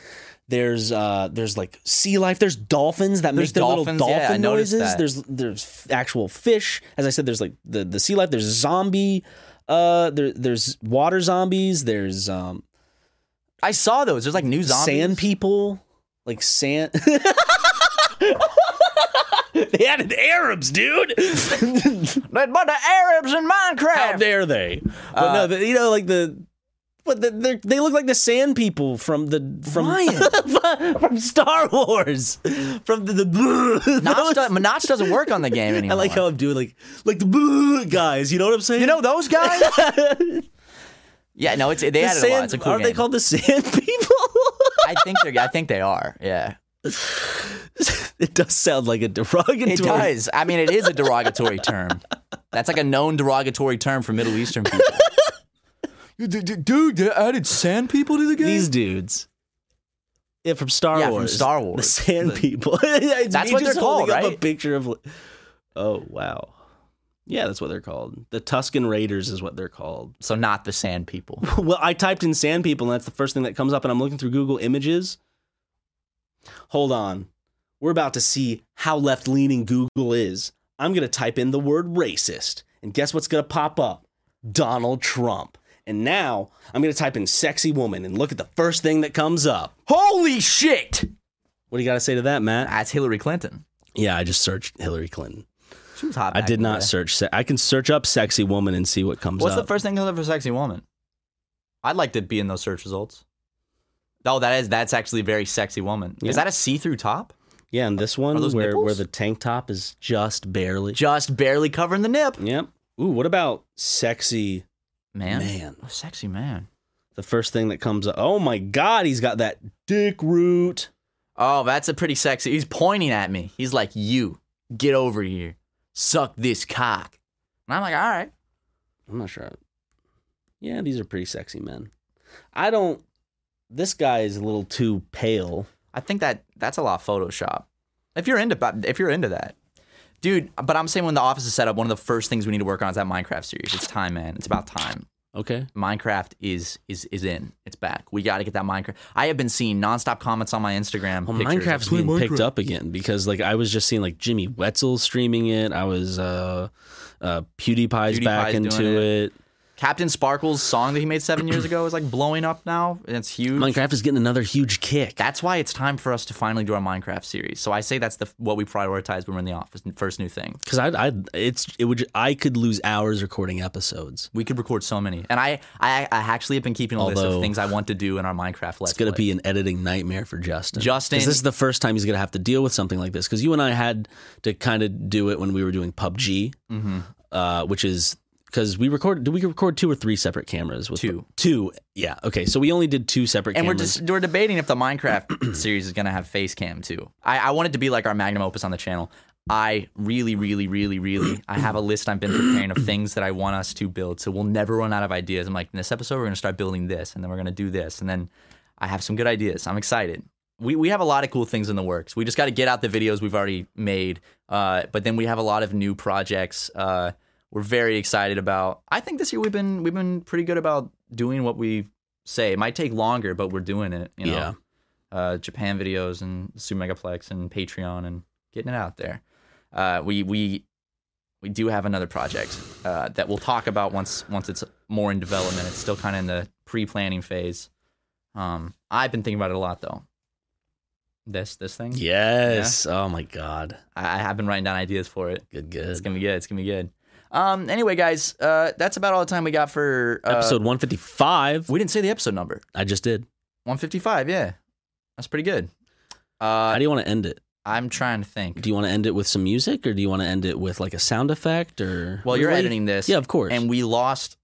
Speaker 5: There's uh there's like sea life. There's dolphins that
Speaker 4: There's
Speaker 5: make their
Speaker 4: dolphins,
Speaker 5: little
Speaker 4: yeah, I
Speaker 5: dolphin
Speaker 4: noticed
Speaker 5: noises.
Speaker 4: that.
Speaker 5: There's there's f- actual fish. As I said, there's like the the sea life. There's zombie. Uh, there there's water zombies. There's um
Speaker 4: I saw those. There's like new zombies.
Speaker 5: sand people, like sand. [laughs] they added Arabs, dude. [laughs]
Speaker 4: But, but the Arabs in
Speaker 5: How
Speaker 4: Minecraft.
Speaker 5: dare they? But
Speaker 4: Uh,
Speaker 5: no, the, you know, like the. But the, they're- they look like the sand people from the from [laughs] from Star Wars, from the, the [laughs]
Speaker 4: Notch,
Speaker 5: those-
Speaker 4: do, Notch doesn't work on the game anymore.
Speaker 5: [laughs] I like how I'm doing like like the guys. You know what I'm saying?
Speaker 4: you know those
Speaker 5: [laughs]
Speaker 4: guys. yeah, no, it's they
Speaker 5: the
Speaker 4: added
Speaker 5: sand,
Speaker 4: a lot. It's a cool
Speaker 5: aren't they
Speaker 4: game.
Speaker 5: called the [laughs] sand people?
Speaker 4: I think they I think they are. Yeah,
Speaker 5: it does sound like a derogatory.
Speaker 4: it
Speaker 5: [laughs]
Speaker 4: does. I mean, it is a derogatory term. That's like a known derogatory term for Middle Eastern people. Dude, they added sand people to the game.
Speaker 5: These dudes. Yeah, from Star
Speaker 4: Yeah, from
Speaker 5: Wars.
Speaker 4: Star Wars.
Speaker 5: The sand people. [laughs] It's
Speaker 4: That's
Speaker 5: me
Speaker 4: what they're
Speaker 5: just holding
Speaker 4: called,
Speaker 5: up A
Speaker 4: right?
Speaker 5: picture of. Oh wow. Yeah, that's what they're called. The Tuscan Raiders is what they're called.
Speaker 4: so not the sand people.
Speaker 5: Well, I typed in sand people, and that's the first thing that comes up. And I'm looking through Google Images. Hold on, we're about to see how left leaning Google is. I'm gonna type in the word racist, and guess what's gonna pop up? Donald Trump. And now I'm gonna type in sexy woman, and look at the first thing that comes up.
Speaker 4: Holy shit!
Speaker 5: What do you got to say to that, Matt?
Speaker 4: That's Hillary Clinton.
Speaker 5: Yeah, I just searched Hillary Clinton.
Speaker 4: She was hot.
Speaker 5: I
Speaker 4: back
Speaker 5: did
Speaker 4: in the
Speaker 5: not
Speaker 4: day.
Speaker 5: search. Se- I can search up sexy woman and see what comes
Speaker 4: What's
Speaker 5: up.
Speaker 4: the first thing that comes up for sexy woman? I'd like to be in those search results. Oh, that is that's actually very sexy woman.
Speaker 5: Yeah.
Speaker 4: Is that a see-through top?
Speaker 5: yeah, and this one
Speaker 4: Are those
Speaker 5: where where
Speaker 4: nipples?
Speaker 5: the tank top is just barely.
Speaker 4: Just barely covering the nip.
Speaker 5: yep. Ooh, what about sexy
Speaker 4: Man.
Speaker 5: man?
Speaker 4: Oh, sexy man.
Speaker 5: The first thing that comes up. Oh my God, he's got that dick root.
Speaker 4: Oh, that's a pretty sexy. He's pointing at me. He's like, "You get over here. Suck this cock." And I'm like, "All right."
Speaker 5: I'm not sure. Yeah, these are pretty sexy men. I don't. This guy is a little too pale.
Speaker 4: I think that that's a lot of Photoshop. If you're into if you're into that, dude. But I'm saying when the office is set up, one of the first things we need to work on is that Minecraft series. It's time, man. It's about time.
Speaker 5: Okay.
Speaker 4: Minecraft is is is in. It's back. We got to get that Minecraft. I have been seeing nonstop comments on my Instagram.
Speaker 5: Well,
Speaker 4: pictures
Speaker 5: Minecraft's
Speaker 4: of-
Speaker 5: being picked up again because like I was just seeing like Jimmy Wetzel streaming it. I was uh, uh PewDiePie's, back
Speaker 4: PewDiePie's
Speaker 5: into
Speaker 4: doing
Speaker 5: it.
Speaker 4: Captain Sparkle's song that he made seven years ago is like blowing up now, and it's huge.
Speaker 5: Minecraft is getting another huge kick.
Speaker 4: That's why it's time for us to finally do our Minecraft series. So I say that's the what we prioritize when we're in the office. First new thing.
Speaker 5: Because I, I, it's it would I could lose hours recording episodes.
Speaker 4: We could record so many, and I, I, I actually have been keeping a list
Speaker 5: Although-
Speaker 4: of things I want to do in our Minecraft. Let's
Speaker 5: It's gonna
Speaker 4: Play.
Speaker 5: be an editing nightmare for Justin.
Speaker 4: Justin-
Speaker 5: 'Cause this is the first time he's gonna have to deal with something like this. Because you and I had to kind of do it when we were doing PUBG,
Speaker 4: Mm-hmm.
Speaker 5: uh, which is because we recorded. Did we record two or three separate cameras? With
Speaker 4: Two.
Speaker 5: two. Yeah. Okay. So we only did two separate.
Speaker 4: and we're
Speaker 5: cameras.
Speaker 4: just we're debating if the Minecraft [clears throat] series is gonna have face cam too. I, I want it to be like our magnum opus on the channel. I really, really, really, really, I have a list I've been preparing of things that I want us to build. So we'll never run out of ideas. I'm like, in this episode, we're gonna start building this, and then we're gonna do this, and then I have some good ideas. I'm excited. We we have a lot of cool things in the works. We just got to get out the videos we've already made, uh, but then we have a lot of new projects. Uh, we're very excited about. I think this year we've been we've been pretty good about doing what we say. It might take longer, but we're doing it. You know?
Speaker 5: Yeah.
Speaker 4: Uh, Japan videos and Super Megaplex and Patreon and getting it out there. uh, we we we do have another project uh, that we'll talk about once once it's more in development. It's still kind of in the pre-planning phase. Um, I've been thinking about it a lot though. This this thing.
Speaker 3: Yes. Oh my god.
Speaker 4: I, I have been writing down ideas for it.
Speaker 3: Good.
Speaker 4: It's
Speaker 3: Good.
Speaker 4: gonna be good. It's gonna be good. Um. Anyway, guys, uh, that's about all the time we got for uh,
Speaker 3: Episode one fifty five.
Speaker 4: We didn't say the episode number.
Speaker 3: I just did.
Speaker 4: One fifty five. Yeah, that's pretty good.
Speaker 3: How
Speaker 4: Uh,
Speaker 3: do you want to end it?
Speaker 4: I'm trying to think.
Speaker 3: Do you want to end it with some music, or do you want to end it with like a sound effect, or?
Speaker 4: Well, you're
Speaker 3: What do you-
Speaker 4: editing this.
Speaker 3: Yeah, of course.
Speaker 4: and we lost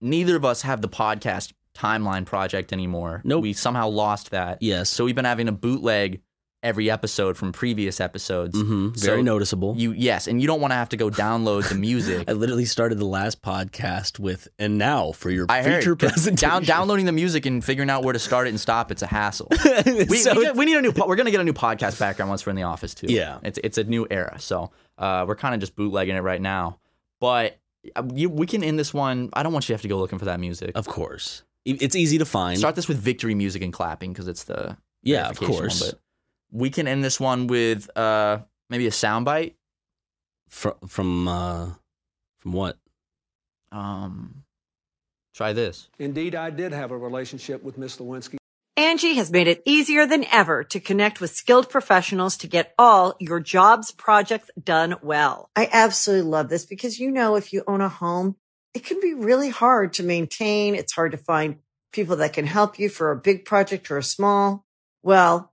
Speaker 4: neither of us have the podcast timeline project anymore
Speaker 3: Nope.
Speaker 4: we somehow lost that
Speaker 3: yes.
Speaker 4: so we've been having a bootleg every episode from previous episodes
Speaker 3: hmm
Speaker 5: Mm-hmm.
Speaker 3: Very
Speaker 4: So
Speaker 3: noticeable.
Speaker 4: you yes and you don't want to have to go download the
Speaker 3: [laughs]
Speaker 4: music
Speaker 3: I literally started the last podcast with, and now for your
Speaker 4: I heard
Speaker 3: feature
Speaker 4: 'cause
Speaker 3: presentation.
Speaker 4: down, downloading the music and figuring out where to start it and stop it's a hassle. [laughs]
Speaker 3: [laughs]
Speaker 4: We,
Speaker 3: So
Speaker 4: we, get- we need a new. Po- we're gonna get a new podcast background once we're in the office too.
Speaker 3: Yeah.
Speaker 4: it's it's a new era. So uh, we're kind of just bootlegging it right now. But uh, you, we can end this one. I don't want you to have to go looking for that music.
Speaker 3: Of course. I- It's easy to find.
Speaker 4: Start this with victory music and clapping because it's the
Speaker 3: yeah, of
Speaker 4: verification one,
Speaker 3: course.
Speaker 4: but we can end this one with uh, maybe a soundbite.
Speaker 3: From from uh, from what?
Speaker 4: Um, try this.
Speaker 8: Indeed, I did have a relationship with Miss Lewinsky.
Speaker 1: Angie has made it easier than ever to connect with skilled professionals to get all your jobs projects done well. I absolutely love this because, you know, if you own a home, it can be really hard to maintain. It's hard to find people that can help you for a big project or a small. Well,